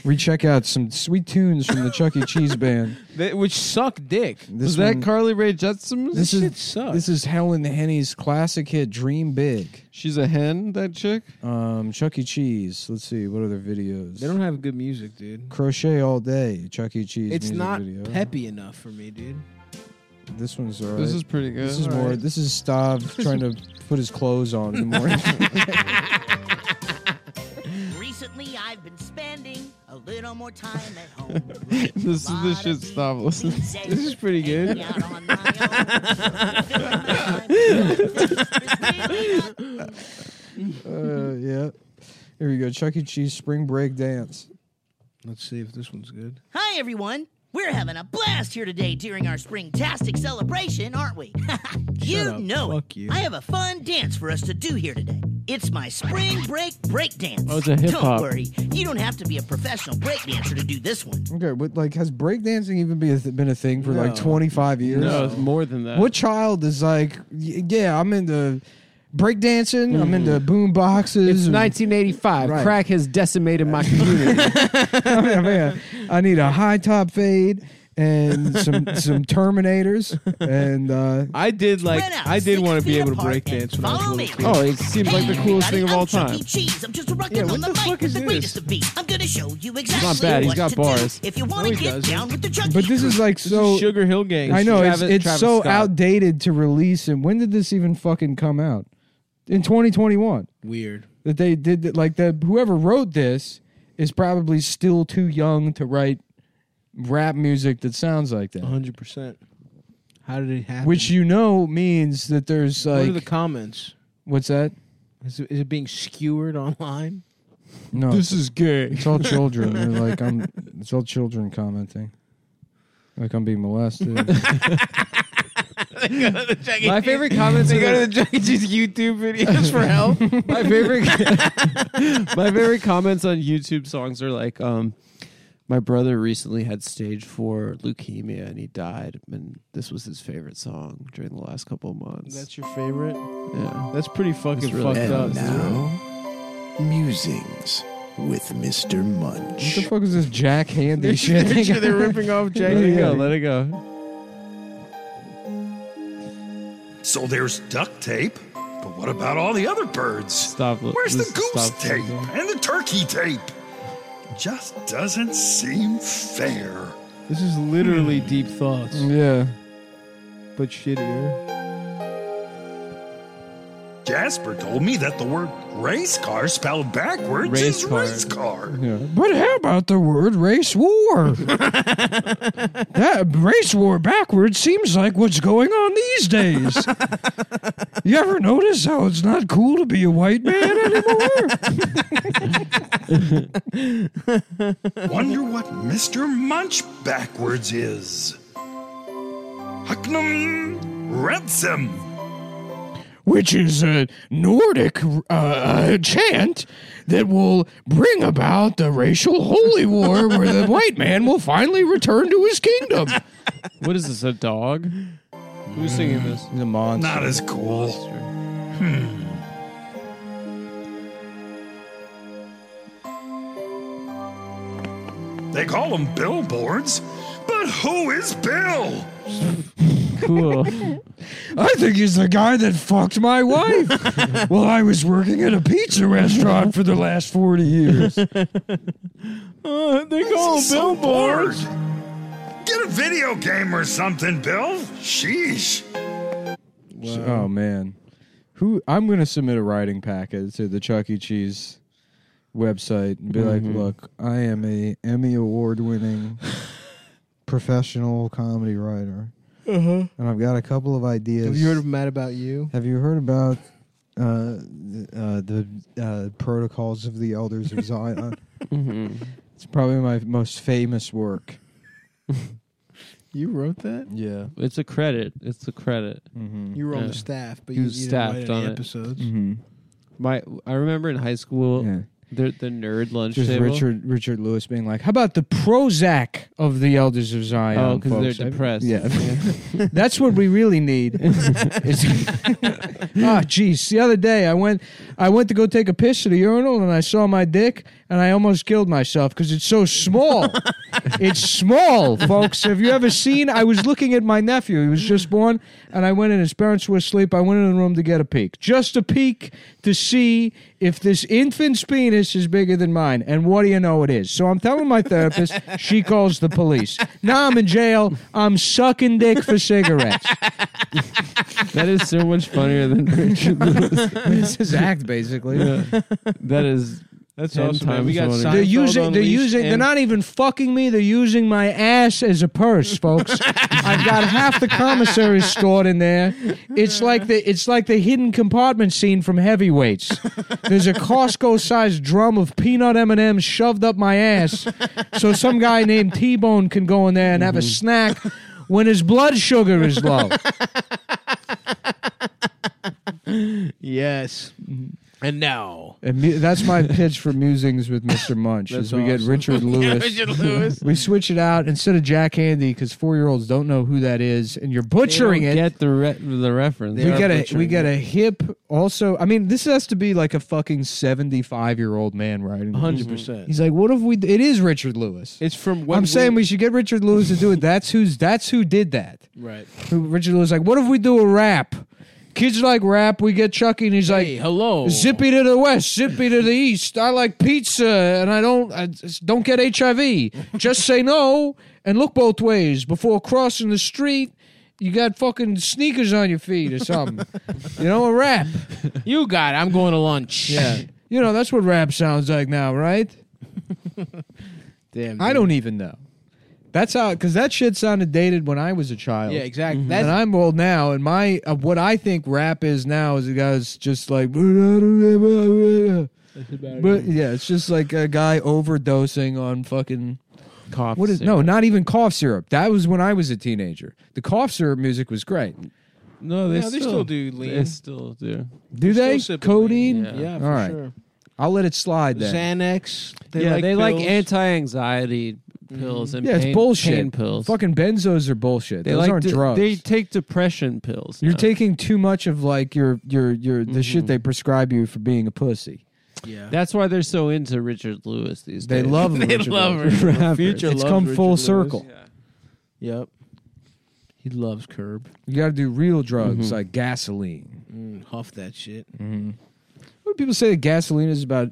We check out some sweet tunes from the Chuck E. Cheese band. That- which suck dick. This Was that one- Carly Rae Jepsen? This is shit sucks. this is Helen Henny's classic hit "Dream Big." She's a hen, that chick. Um, Chuck E. Cheese. Let's see what other videos. They don't have good music, dude. Crochet all day. Chuck E. Cheese. It's music not video. peppy enough for me, dude. This one's alright. This is pretty good. Uh, This is All more. right. This is Stav trying to put his clothes on in the morning. Recently, I've been spending a little more time at home. this is the shit stop listening. This is pretty good. uh, yeah. Here we go. Chuck E. Cheese spring break dance. Let's see if this one's good. Hi, everyone. We're having a blast here today during our springtastic celebration, aren't we? you Shut up. know Fuck it. you. I have a fun dance for us to do here today. It's my spring break break dance. Oh, it's a hip Don't hop. worry, you don't have to be a professional break dancer to do this one. Okay, but like, has breakdancing even be a th- been a thing for like No. 25 years? No, it's more than that. What child is like, y- yeah, I'm into breakdancing, Mm-hmm. I'm into boom boxes. It's and- 1985. Right. Crack has decimated my community. I, mean, man, I need a high top fade and some some Terminators. And uh, I did like Spread out, I did six want to be feet able to apart, break dance when I was a follow little me. kid. Oh, it seems like the coolest everybody, thing of all I'm Chuck time. E. Cheese. I'm just rocking Yeah, on what the, the mic fuck with is the this? greatest of beats. I'm gonna show you exactly bad. He's what got to bars. do if you want No, to he get doesn't. down with the Chuck E. but this is like This so. is Sugar Hill Gang. I know Travis- it's it's Travis so Scott. outdated to release. And when did this even fucking come out? In 2021. Weird. that they did that like the whoever wrote this is probably still too young to write rap music that sounds like that 100%. How did it happen? which you know means that there's What are like the comments? what's that Is it, is it being skewered online? no it's, is gay. it's all children They're like i'm it's all children commenting like i'm being molested My favorite comments are the, Chuck E. Cheese YouTube videos for help. my favorite My favorite comments on YouTube songs are like, um, my brother recently had stage four leukemia and he died, and this was his favorite song during the last couple of months. That's your favorite? yeah. That's pretty fucking It's really fucked up. fucked And now, dude. musings with Mr. what the Munch. fuck is this jack handy shit They're ripping off Let Jay. it go. Let it go. So there's duct tape, but what about all the other birds? Stop. Where's the this- goose stop. tape and the turkey tape? Just doesn't seem fair. This is literally deep thoughts, yeah but shittier. Jasper told me that the word race car spelled backwards Race is car. race car. yeah but how about the word race war that race war backwards seems like what's going on these days you ever notice how it's not cool to be a white man anymore Wonder what Mr. Munch backwards is. Hucknum Ransom. which is a Nordic uh, uh, chant that will bring about the racial holy war where the white man will finally return to his kingdom. What is this? A dog? Who's singing this? The monster. Not as cool. Hmm. They call them billboards, but who is Bill? Cool. I think he's the guy that fucked my wife while I was working at a pizza restaurant for the last 40 years. they This is so bored. Get a video game or something, Bill. Sheesh. Oh Um, man, who? I'm gonna submit a writing packet to the Chuck E. Cheese website and be Mm-hmm. like, "Look, I am a Emmy award winning professional comedy writer, and I've got a couple of ideas. Uh-huh. Have you heard of Mad About You? Have you heard about uh, th- uh, the uh, protocols of the elders of Zion? Mm-hmm. It's probably my most famous work. You wrote that? Yeah. It's a credit. It's a credit. You were on the Yeah. staff, but You you, you didn't write staffed any on it. episodes. Mm-hmm. My, I remember in high school, Yeah. The, the nerd lunch Just table. Richard Richard Lewis being like, "How about the Prozac of the Elders of Zion?" Oh, 'cause they're folks?" I- depressed. yeah, that's what we really need. Is- Ah, jeez. The other day, I went I went to go take a piss at a urinal, and I saw my dick, and I almost killed myself because it's so small. it's small, folks. Have you ever seen? I was looking at my nephew. He was just born, and I went in. His parents were asleep. I went in the room to get a peek, just a peek to see if this infant's penis is bigger than mine. And what do you know, it is. So I'm telling my therapist. She calls the police. Now I'm in jail. I'm sucking dick for cigarettes. That is so much funnier than Richard Lewis. This is act, basically. That is. That's 10 awesome, man. We got times They're Seinfeld funnier. using. They're Unleashed using. They're and- not even fucking me. They're using my ass as a purse, folks. I've got half the commissary stored in there. It's like the. It's like the hidden compartment scene from Heavyweights. There's a Costco-sized drum of peanut M and M's shoved up my ass, so some guy named T Bone can go in there and Mm-hmm. have a snack when his blood sugar is low. yes. And now. And mu- that's my pitch for musings with Mr. Munch. That's is we get awesome. Richard Yeah, Lewis. Richard Lewis. we switch it out instead of Jack Handy because four-year-olds don't know who that is, and you're butchering They it. don't Get the re- the reference. we get a we get a hip. Also, I mean, this has to be like a fucking seventy-five-year-old man writing. this. 100%. He's like, what if we? d- It is Richard Lewis. It's from I'm saying we should get Richard Lewis to do it. That's who's. That's who did that. Right. Who- Richard Lewis like, what if we do a rap? Kids like rap. We get Chucky, and he's like, hello, zippy to the west, zippy to the east. I like pizza, and I don't, I just don't get HIV. Just say no and look both ways before crossing the street. You got fucking sneakers on your feet or something. you know a rap. You got it. I'm going to lunch. Yeah. You know that's what rap sounds like now, right? Damn. I dude. don't even know. That's how because that shit sounded dated when I was a child. Oh. Yeah, exactly. Mm-hmm. and That's- I'm old now, and my uh, what I think rap is now is a guy's just like, but yeah, it's just like a guy overdosing on fucking cough. what is no, syrup. not even cough syrup. That was when I was a teenager. The cough syrup music was great. No, they, Yeah, still, they still do They lean. still do. Do Still they sipping codeine? lean. Yeah, for all right. sure. I'll let it slide then. Xanax. They yeah, like they like pills. anti-anxiety pills and yeah, it's pain- bullshit. pain pills. Fucking benzos are bullshit. They Those like aren't to- drugs. They take depression pills. You're now. taking too much of like your your your the Mm-hmm. shit they prescribe you for being a pussy. Yeah. That's why they're so into Richard Lewis these They days. love They Richard love Lewis. Richard Rappers. Future It's loves come full Richard Lewis. circle. Yep. He loves curb. Mm-hmm. You got to do real drugs Mhm. like gasoline. Mm-hmm. Mm, huff that shit. What do people say that gasoline is about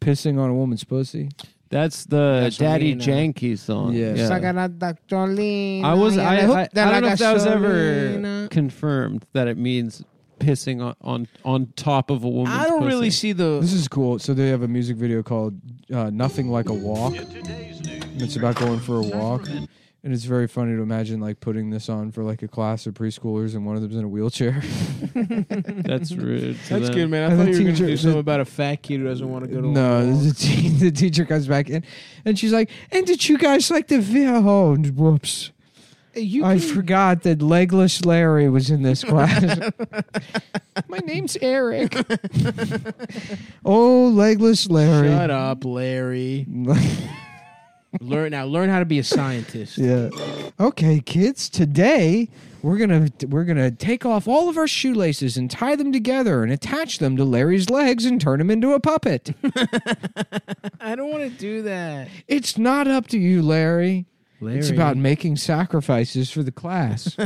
pissing on a woman's pussy? That's the That's Uh, Daddy Lena. Janky song. Yeah. I was I, I, I don't know if that was ever confirmed that it means pissing on on, on top of a woman. I don't really see the. This is cool. So they have a music video called uh, "Nothing Like a Walk." And it's about going for a walk, and it's very funny to imagine like putting this on for like a class of preschoolers, and one of them's in a wheelchair. That's rude. to That's them. good, man. I And thought the you were going to teacher- do something the- about a fat kid who doesn't want to go to. No, a walk. the, te- the teacher comes back in, and she's like, "And did you guys like the video?" Oh, and whoops! I forgot that legless Larry was in this class. My name's Eric. oh, legless Larry. Shut up, Larry. learn now. Learn how to be a scientist. yeah. Okay, kids. Today we're gonna we're gonna take off all of our shoelaces and tie them together and attach them to Larry's legs and turn him into a puppet. I don't want to do that. it's not up to you, Larry. Larry, It's about making sacrifices for the class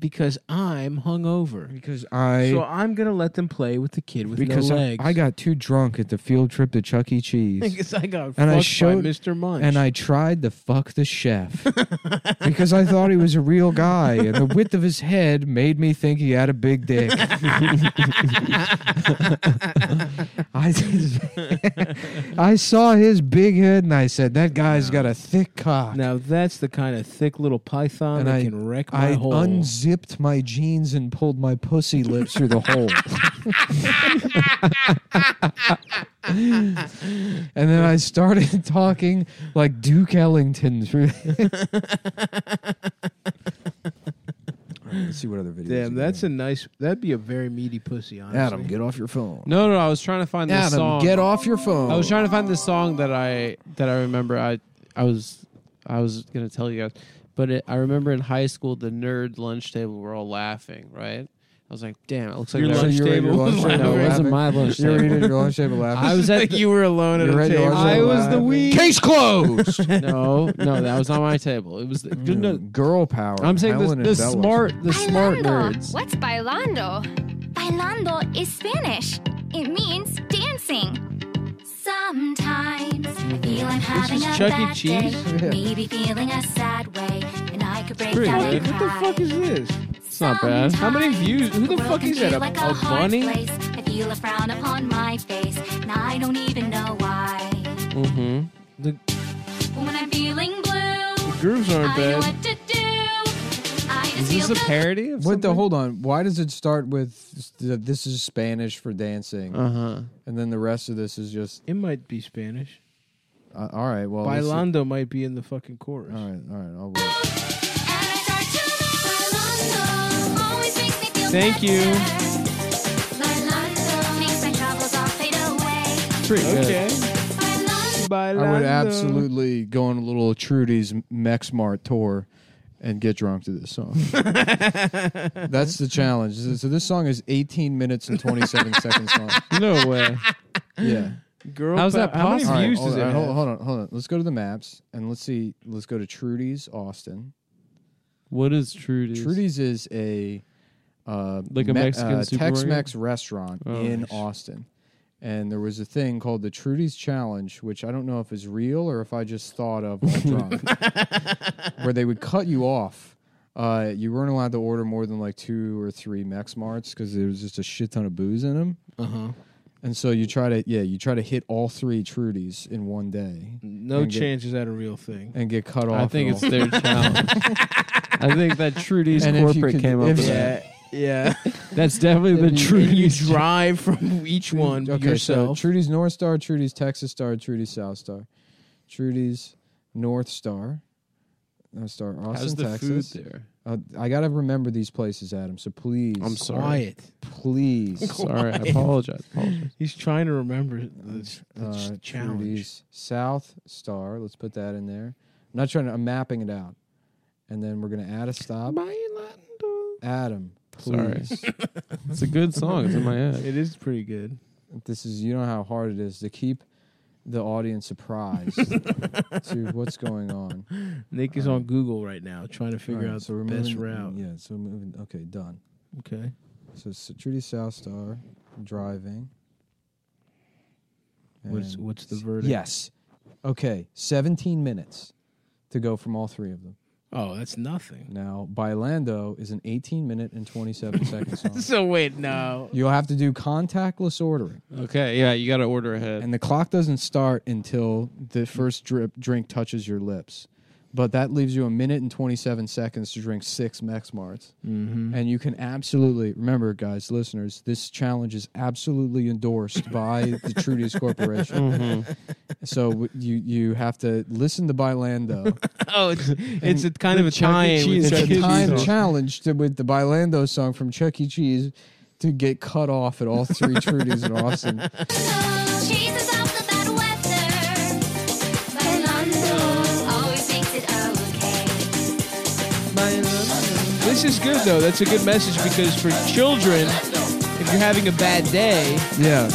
because I'm hungover. because I so I'm gonna let them play with the kid with because no I- legs. I, got too drunk at the field trip to Chuck E. Cheese. Because I got And I fucked showed- by Mr. Munch. And I tried to fuck the chef because I thought he was a real guy, and the width of his head made me think he had a big dick. I, I saw his big head, and I said, "That guy's got a thick cock." now that's the kind of thick little python And that I- can wreck my I whole. unzipped my jeans and pulled my pussy lips through the hole. and then I started talking like Duke Ellington through. right, let's see what other videos. Damn, that's a nice. That'd be a very meaty pussy, honestly. Adam, get off your phone. No, no, I was trying to find this Adam, song. get off your phone. Oh. I was trying to find this song that I that I remember. I I was I was gonna tell you guys, but it, I remember in high school the nerd lunch table were all laughing. Right? I was like, damn, it looks like Your they're- lunch So you were at table your was lunch table No, it laughing? wasn't my lunch You were table. eating at your lunch table laughing? I was at. You were alone at You were a at your table. lunch I table was the laughing? weed. Case closed. no, no, that was not my table. It was the, Mm. no, girl power. I'm saying the, Helen and the Bella. smart, the smart nerds. What's bailando? Bailando is Spanish. It means dancing. Sometimes I feel I'm having is a Chuck E. bad Cheese? day, Yeah. maybe feeling a sad way, and I could break pretty down good. and What cry. What the fuck is this? It's not bad. How many views? Who the world fuck can is that? feel A, like a hard bunny? place. I feel a frown upon my face, and I don't even know why. Mm-hmm. The When I'm feeling blue, grooves I know what to do. I just feel good. parody? Of what the? Hold on. Why does it start with the, this is Spanish for dancing? Uh Uh-huh. huh. And then the rest of this is just. It might be Spanish. Uh, all right. Well, let's see. Bailando might be in the fucking chorus. All right, all right, I'll wait. Always makes me feel Thank you. Bailando makes my troubles all fade away. Pretty Okay. I would absolutely go on a little Trudy's Mexmart tour and get drunk to this song. That's the challenge. So this song is 18 minutes and 27 seconds long. No way. Yeah. Girl, How's that how many All views right, does hold, it on, have? hold, hold on, hold on. Let's go to the maps and let's see. Let's go to Trudy's Austin. What is Trudy's? Trudy's is a uh, Like a Mexican supermarket? Tex-Mex restaurant Oh, in nice. Austin, and there was a thing called the Trudy's Challenge, which I don't know if is real or if I just thought of while drunk, where they would cut you off. Uh, you weren't allowed to order more than like two or three Mex Marts because there was just a shit ton of booze in them. Uh Uh-huh. huh. And so you try to, yeah, you try to hit all three Trudies in one day. No and get- chance is that a real thing. and get cut off. Mm. I think at it's all. their challenge. I think that Trudy's And if you corporate could- came up if- with Yeah. that. Yeah. That's definitely the If you- if Trudy's You drive from each one okay, yourself. So Trudy's North Star, Trudy's Texas Star, Trudy's South Star, Trudy's North Star, North Star Austin, How's the Texas. food there? Uh, I gotta remember these places, Adam. So please, I'm sorry. Quiet. Please, Sorry, I apologize. apologize. He's trying to remember the, the Uh, ch- challenge. Trudy's South Star. Let's put that in there. I'm not trying to. I'm mapping it out, and then we're gonna add a stop. Adam, Sorry. please. it's a good song. It's in my head. It is pretty good. This is you know how hard it is to keep the audience surprised to what's going on. Nick is on Google right now trying to figure Alright, out so the we're best moving- route. Yeah, so moving. Okay, done. Okay. So S- Trudy South Star driving. What's- And what's the s- verdict? Yes. Okay, 17 minutes to go from all three of them. Oh, that's nothing. Now, Bailando is an 18 minute and 27 second song. So wait, no. You'll have to do contactless ordering. Okay, yeah, you got to order ahead. and the clock doesn't start until Mm. the first drip drink touches your lips. But that leaves you a minute and 27 seconds to drink six Mexmarts. Mhm. And you can absolutely, remember, guys, listeners, this challenge is absolutely endorsed by the Trudy's Corporation. Mhm. So w- you you have to listen to Bailando. oh, it's, it's a kind of a Chuck E. tie-in with Cheese. Chuck E. It's a Cheese time song. challenge to, with the Bailando song from Chuck E. Cheese to get cut off at all three Trudy's in Austin. Chases off the bad weather. Bailando always makes it okay. This is good though. That's a good message because for children, if you're having a bad day, Yeah.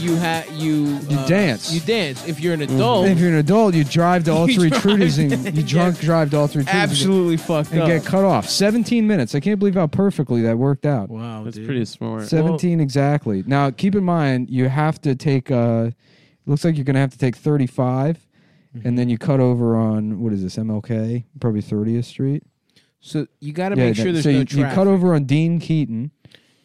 you ha- you uh, You dance. You dance. Mm-hmm. If you're an adult, If you're an adult, you drive to all Oh. You three drive Trudies to- and you drunk drive to all three Trudies. absolutely fucked And up. get cut off. 17 minutes. I can't believe how perfectly that worked out. wow, That's dude. pretty smart. 17 exactly. Now, keep in mind, you have to take, uh, looks like you're going to have to take 35, Mm-hmm. and then you cut over on, what is this, MLK? Probably 30th Street? So you got to Yeah, make sure that- there's so no you, you traffic. cut over on Dean Keaton.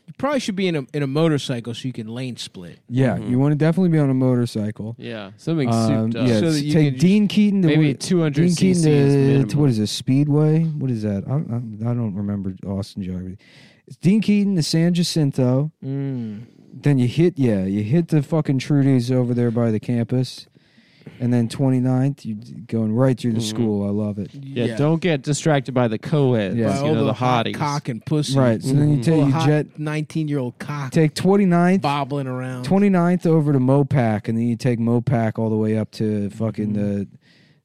You probably should be in a in a motorcycle so you can lane split. Yeah, you want to definitely be on a motorcycle. Yeah, something Um, souped up. yeah, So so that you can take just- Dean Keaton to maybe what- 200 Dean Keaton CC is to, minimum. to what is this Speedway? What is that? I don't, I, I don't remember Austin geography. It's Dean Keaton to San Jacinto. Mm. Then you hit yeah, you hit the fucking Trudies over there by the campus. and then 29th, you d- going right through the Mhm. school. I love it. Yeah, don't get distracted by the co-eds, Yeah. By you all know, the the hot hotties. cock and pussy. Right, so then you take- Full of you hot jet- nineteen-year-old cock Take 29th, bobbling around. 29th over to Mopac, and then you take Mopac all the way up to fucking Mm-hmm. the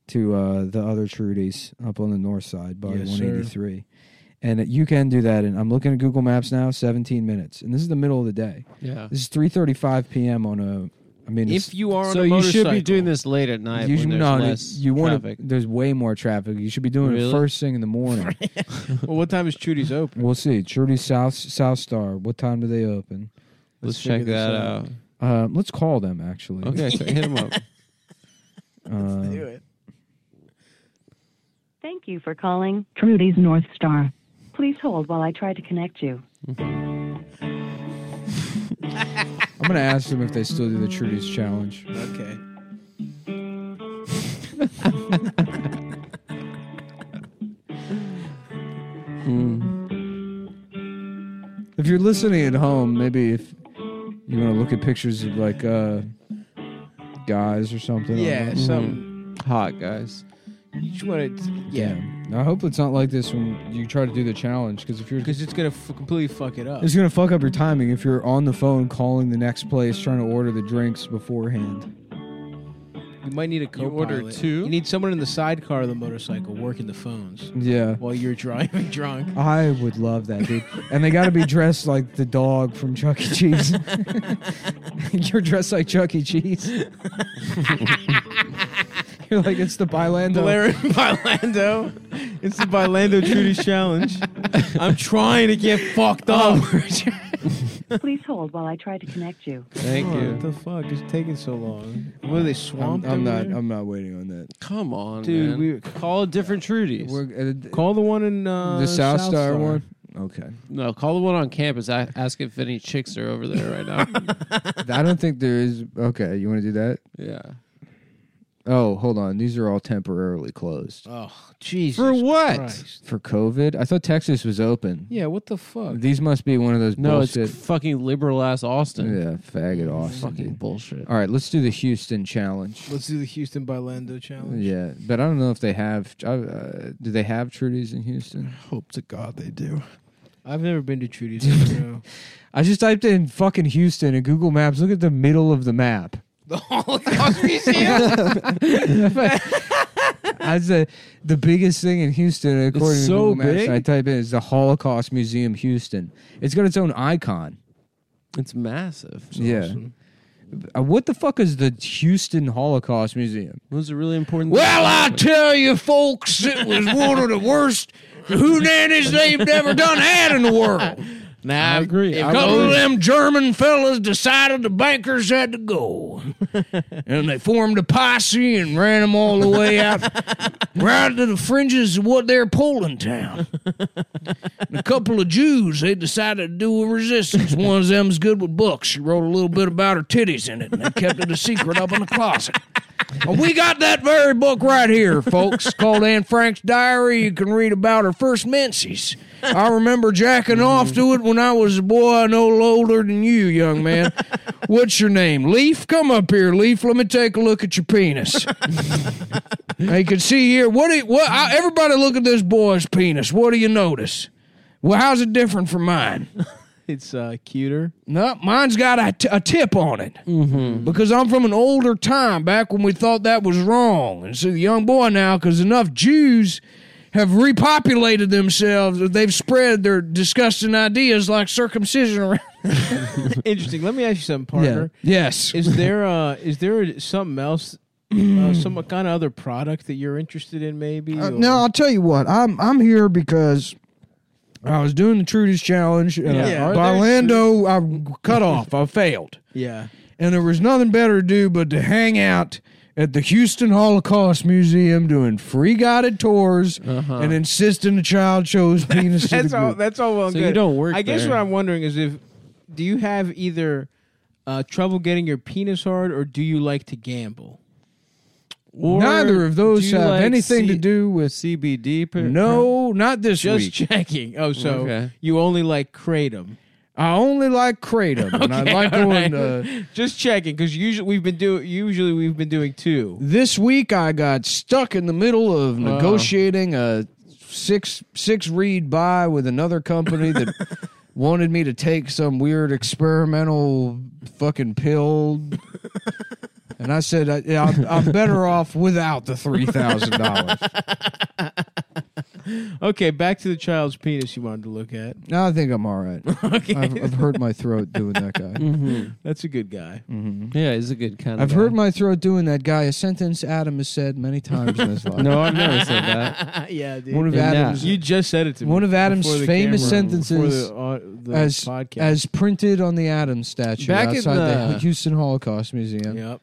to uh, the other Trudy's up on the north side by Yes, sir. 183. And you can do that. And I'm looking at Google Maps now, 17 minutes, and this is the middle of the day. Yeah. this is 3:35 p.m. on a. I mean, it's- so you should be doing this late at night You when should- there's no, less you wanna- traffic. There's way more traffic. You should be doing Really? it first thing in the morning. well, what time is Trudy's open? We'll see. Trudy South South Star. What time do they open? Let's check figure that this out. Uh, let's call them actually. Okay, so hit 'em up. Uh, Thank you for calling Trudy's North Star. Please hold while I try to connect you. I'm gonna ask them if they still do the Trudy's challenge. Okay. If you're listening at home, maybe if you want to look at pictures of like uh, guys or something. on Yeah, that. some- hot guys. You just want to, yeah, Damn. I hope it's not like this when you try to do the challenge because if you're because it's gonna f- completely fuck it up. It's gonna fuck up your timing if you're on the phone calling the next place trying to order the drinks beforehand. You might need a co-pilot. order two? You need someone in the sidecar of the motorcycle working the phones. Yeah. While you're driving drunk. I would love that, dude. and they got to be dressed like the dog from Chuck E. Cheese. you're dressed like Chuck E. Cheese. you're like it's the Bylando. Blair Bylando. It's the Bylando Trudy's challenge. I'm trying to get fucked up. Please hold while I try to connect you. Thank Oh, you. What the fuck is taking so long? What are they swamped? I'm over not. there? I'm not waiting on that. Come on, dude. man. We call a different Trudy's. call the one in uh, the uh, South, Star, one. Okay. No, call the one on campus. I, ask if any chicks are over there right now. I don't think there is. Okay, you want to do that? yeah. Oh, hold on. These are all temporarily closed Oh, Jesus. For what? Christ. for COVID. I thought Texas was open. Yeah, what the fuck? These must be one of those No, bullshit. it's fucking liberal ass Austin. yeah, Uh, faggot Austin. Fucking dude. bullshit. All right, let's do the Houston challenge. Let's do the Houston Bylando challenge. Yeah, but I don't know if they have. I- Uh, do they have Trudy's in Houston? Hope to God they do. I've never been to Trudy's. I don't know. I just typed in fucking Houston in Google Maps. Look at the middle of the map. the Holocaust Museum. I said the biggest thing in Houston, according to Google so Maps, big? I type in is the Holocaust Museum Houston. It's got its own icon. It's massive. yeah. Uh, What the fuck is the Houston Holocaust Museum? It was a really important. Well, I tell you, folks, it was one of the worst hoonanis they've ever done had in the world. Now, I agree. A I couple of was- them German fellas decided the bankers had to go. and they formed a posse and ran them all the way out, right to the fringes of what they're Poland town. And a couple of Jews, they decided to do a resistance. One of them's good with books. She wrote a little bit about her titties in it, and they kept it a secret up in the closet. And we got that very book right here, folks, called Anne Frank's Diary. You can read about her first menses. I remember jacking off to it when I was a boy no older than you, young man. What's your name? Leaf? Come up here, Leaf. Let me take a look at your penis. I can see here. What do you, what? I, everybody, look at this boy's penis. What do you notice? Well, how's it different from mine? it's uh, cuter. No, mine's got a, t- a tip on it because I'm from an older time back when we thought that was wrong. And so the young boy now, because enough Jews have repopulated themselves, that they've spread their disgusting ideas like circumcision around. Interesting. Let me ask you something, partner. Yes. Is there uh is there something else, uh, some kind of other product that you're interested in, maybe? Uh, or- no, I'll tell you what. I'm I'm here because I was doing the Trudy's challenge. uh, And Yeah. I, Yeah. by Lando, I cut off. I failed, Yeah. and there was nothing better to do but to hang out at the Houston Holocaust Museum doing free guided tours and insisting the child shows penis to the Uh-huh. That's all. group. That's all. Well, and So good. you don't work I guess there. what I'm wondering is if do you have either uh, trouble getting your penis hard, or do you like to gamble? Or Neither of those do you have like anything to C- do with CBD. per- no, not this Just week. checking. Oh, so Okay. you only like kratom? I only like kratom, and I Okay, like all going. right. Uh, Just checking because usually we've been doing. Usually we've been doing two. this week I got stuck in the middle of Uh-oh. negotiating a six six read buy with another company that wanted me to take some weird experimental fucking pill. And I said, I, yeah, I'm, I'm better off without the three thousand dollars. Okay, back to the child's penis you wanted to look at. No, I think I'm all right. Okay. Mm-hmm. I've, I've hurt my throat doing that guy. That's a good guy. Mhm. Yeah, he's a good kind I've of. hurt my throat doing that guy. A sentence Adam has said many times in his life. No, I've never said that. yeah, dude. One of Adam's- You just said it to me. One of Adam's before the famous camera- sentences before the, uh, the as, podcast. as printed on the Adams statue Back in outside the, the- Houston Holocaust Museum. Yep.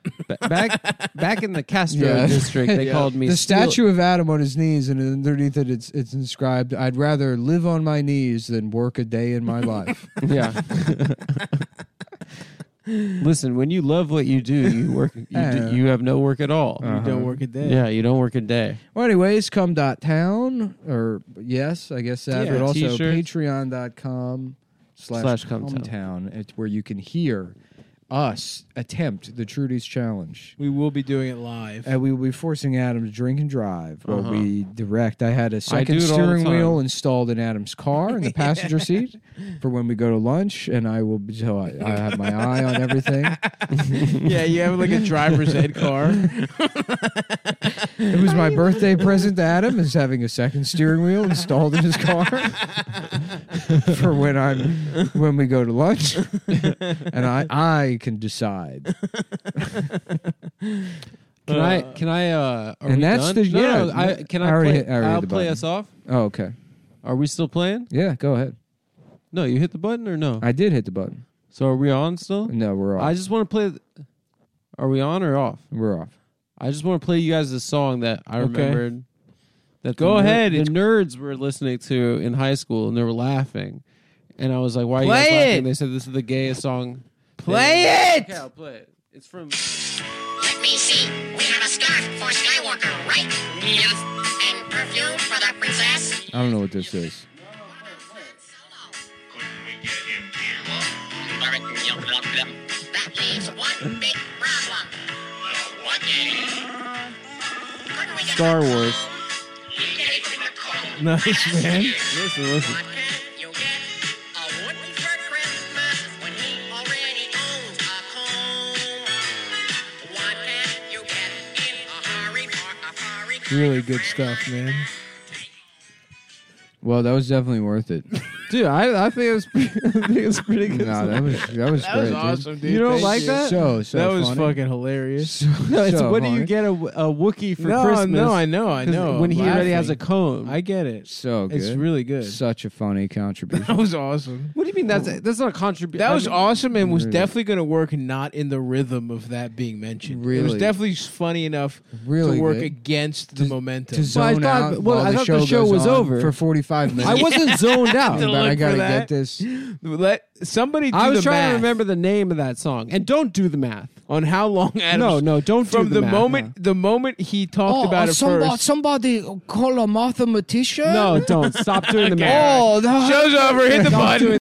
back back in the Castro Yeah. district, they called me the Steel- statue of Adam on his knees, and underneath it, it's, it's inscribed, I'd rather live on my knees than work a day in my life. Yeah. Listen, when you love what you do, you work. You, Yeah. do, you have no work at all. You don't work a day. Yeah, you don't work a day. Well, anyways, come dot town or yes, I guess that, Yeah, but also t-shirts. patreon.com slash, Slash come come town. town. It's where you can hear us attempt the Trudy's challenge. we will be doing it live. And we will be forcing Adam to drink and drive while Uh-huh. we direct. I had a do second it all the steering time. wheel installed in Adam's car in the passenger seat for when we go to lunch, and I will be- so I, I have my eye on everything. yeah, you have like a driver's ed car. It was my birthday present to Adam is having a second steering wheel installed in his car for when I'm when we go to lunch, and I I can decide. Can I? Can I? Uh, are and we that's done? the no, yeah. no, I, can I, already hit- play? I already hit I'll the play button. us off. Oh, okay. Are we still playing? Yeah, go ahead. No, you hit the button or no? I did hit the button. So are we on still? No, we're off. I just want to play. th- Are we on or off? We're off. I just want to play you guys a song that I Okay. remembered. That Go the ner- ahead, it's- the nerds were listening to in high school and they were laughing, and I was like, "Why are you guys Play laughing?" it. And they said, "This is the gayest song." Play it. Okay, I'll play it. It's from. Let me see. We have a scarf for Skywalker, right? Yes. And perfume for the princess. I don't know what this is. That leaves one big problem. What Couldn't we get Star Wars. Nice man. Listen, listen. Really good stuff, man. Well, that was definitely worth it. Dude, I, I think it was pretty, I think it was pretty good. Nah, that was that was That great. was awesome, dude. You don't Thank like you. that? So so that was funny. fucking hilarious. No, it's So when do you funny. get a, a Wookiee for no, Christmas? no, I know, I 'Cause know. When I'm he already has a laughing. cone. I get it. So good. It's really good. Such a funny contribution. That was awesome. what do you mean? That's that's not a contribution. That was awesome and was Really. definitely going to work not in the rhythm of that being mentioned. It was Really. definitely funny enough Really to work good. against the momentum. to Well, I zone thought- out well, while I the thought show the show goes was on over. for 45 minutes. I wasn't zoned out. To But I look for gotta that. get this. Let somebody do I was the trying math to remember the name of that song, and don't do the math. on how long Adams No, no, don't do from the the, math. Oh, moment the moment he talked about it first. Oh, somebody call a mathematician? Oh, No, don't stop doing the Okay. math. no. Show's over. Hit the Stop button. doing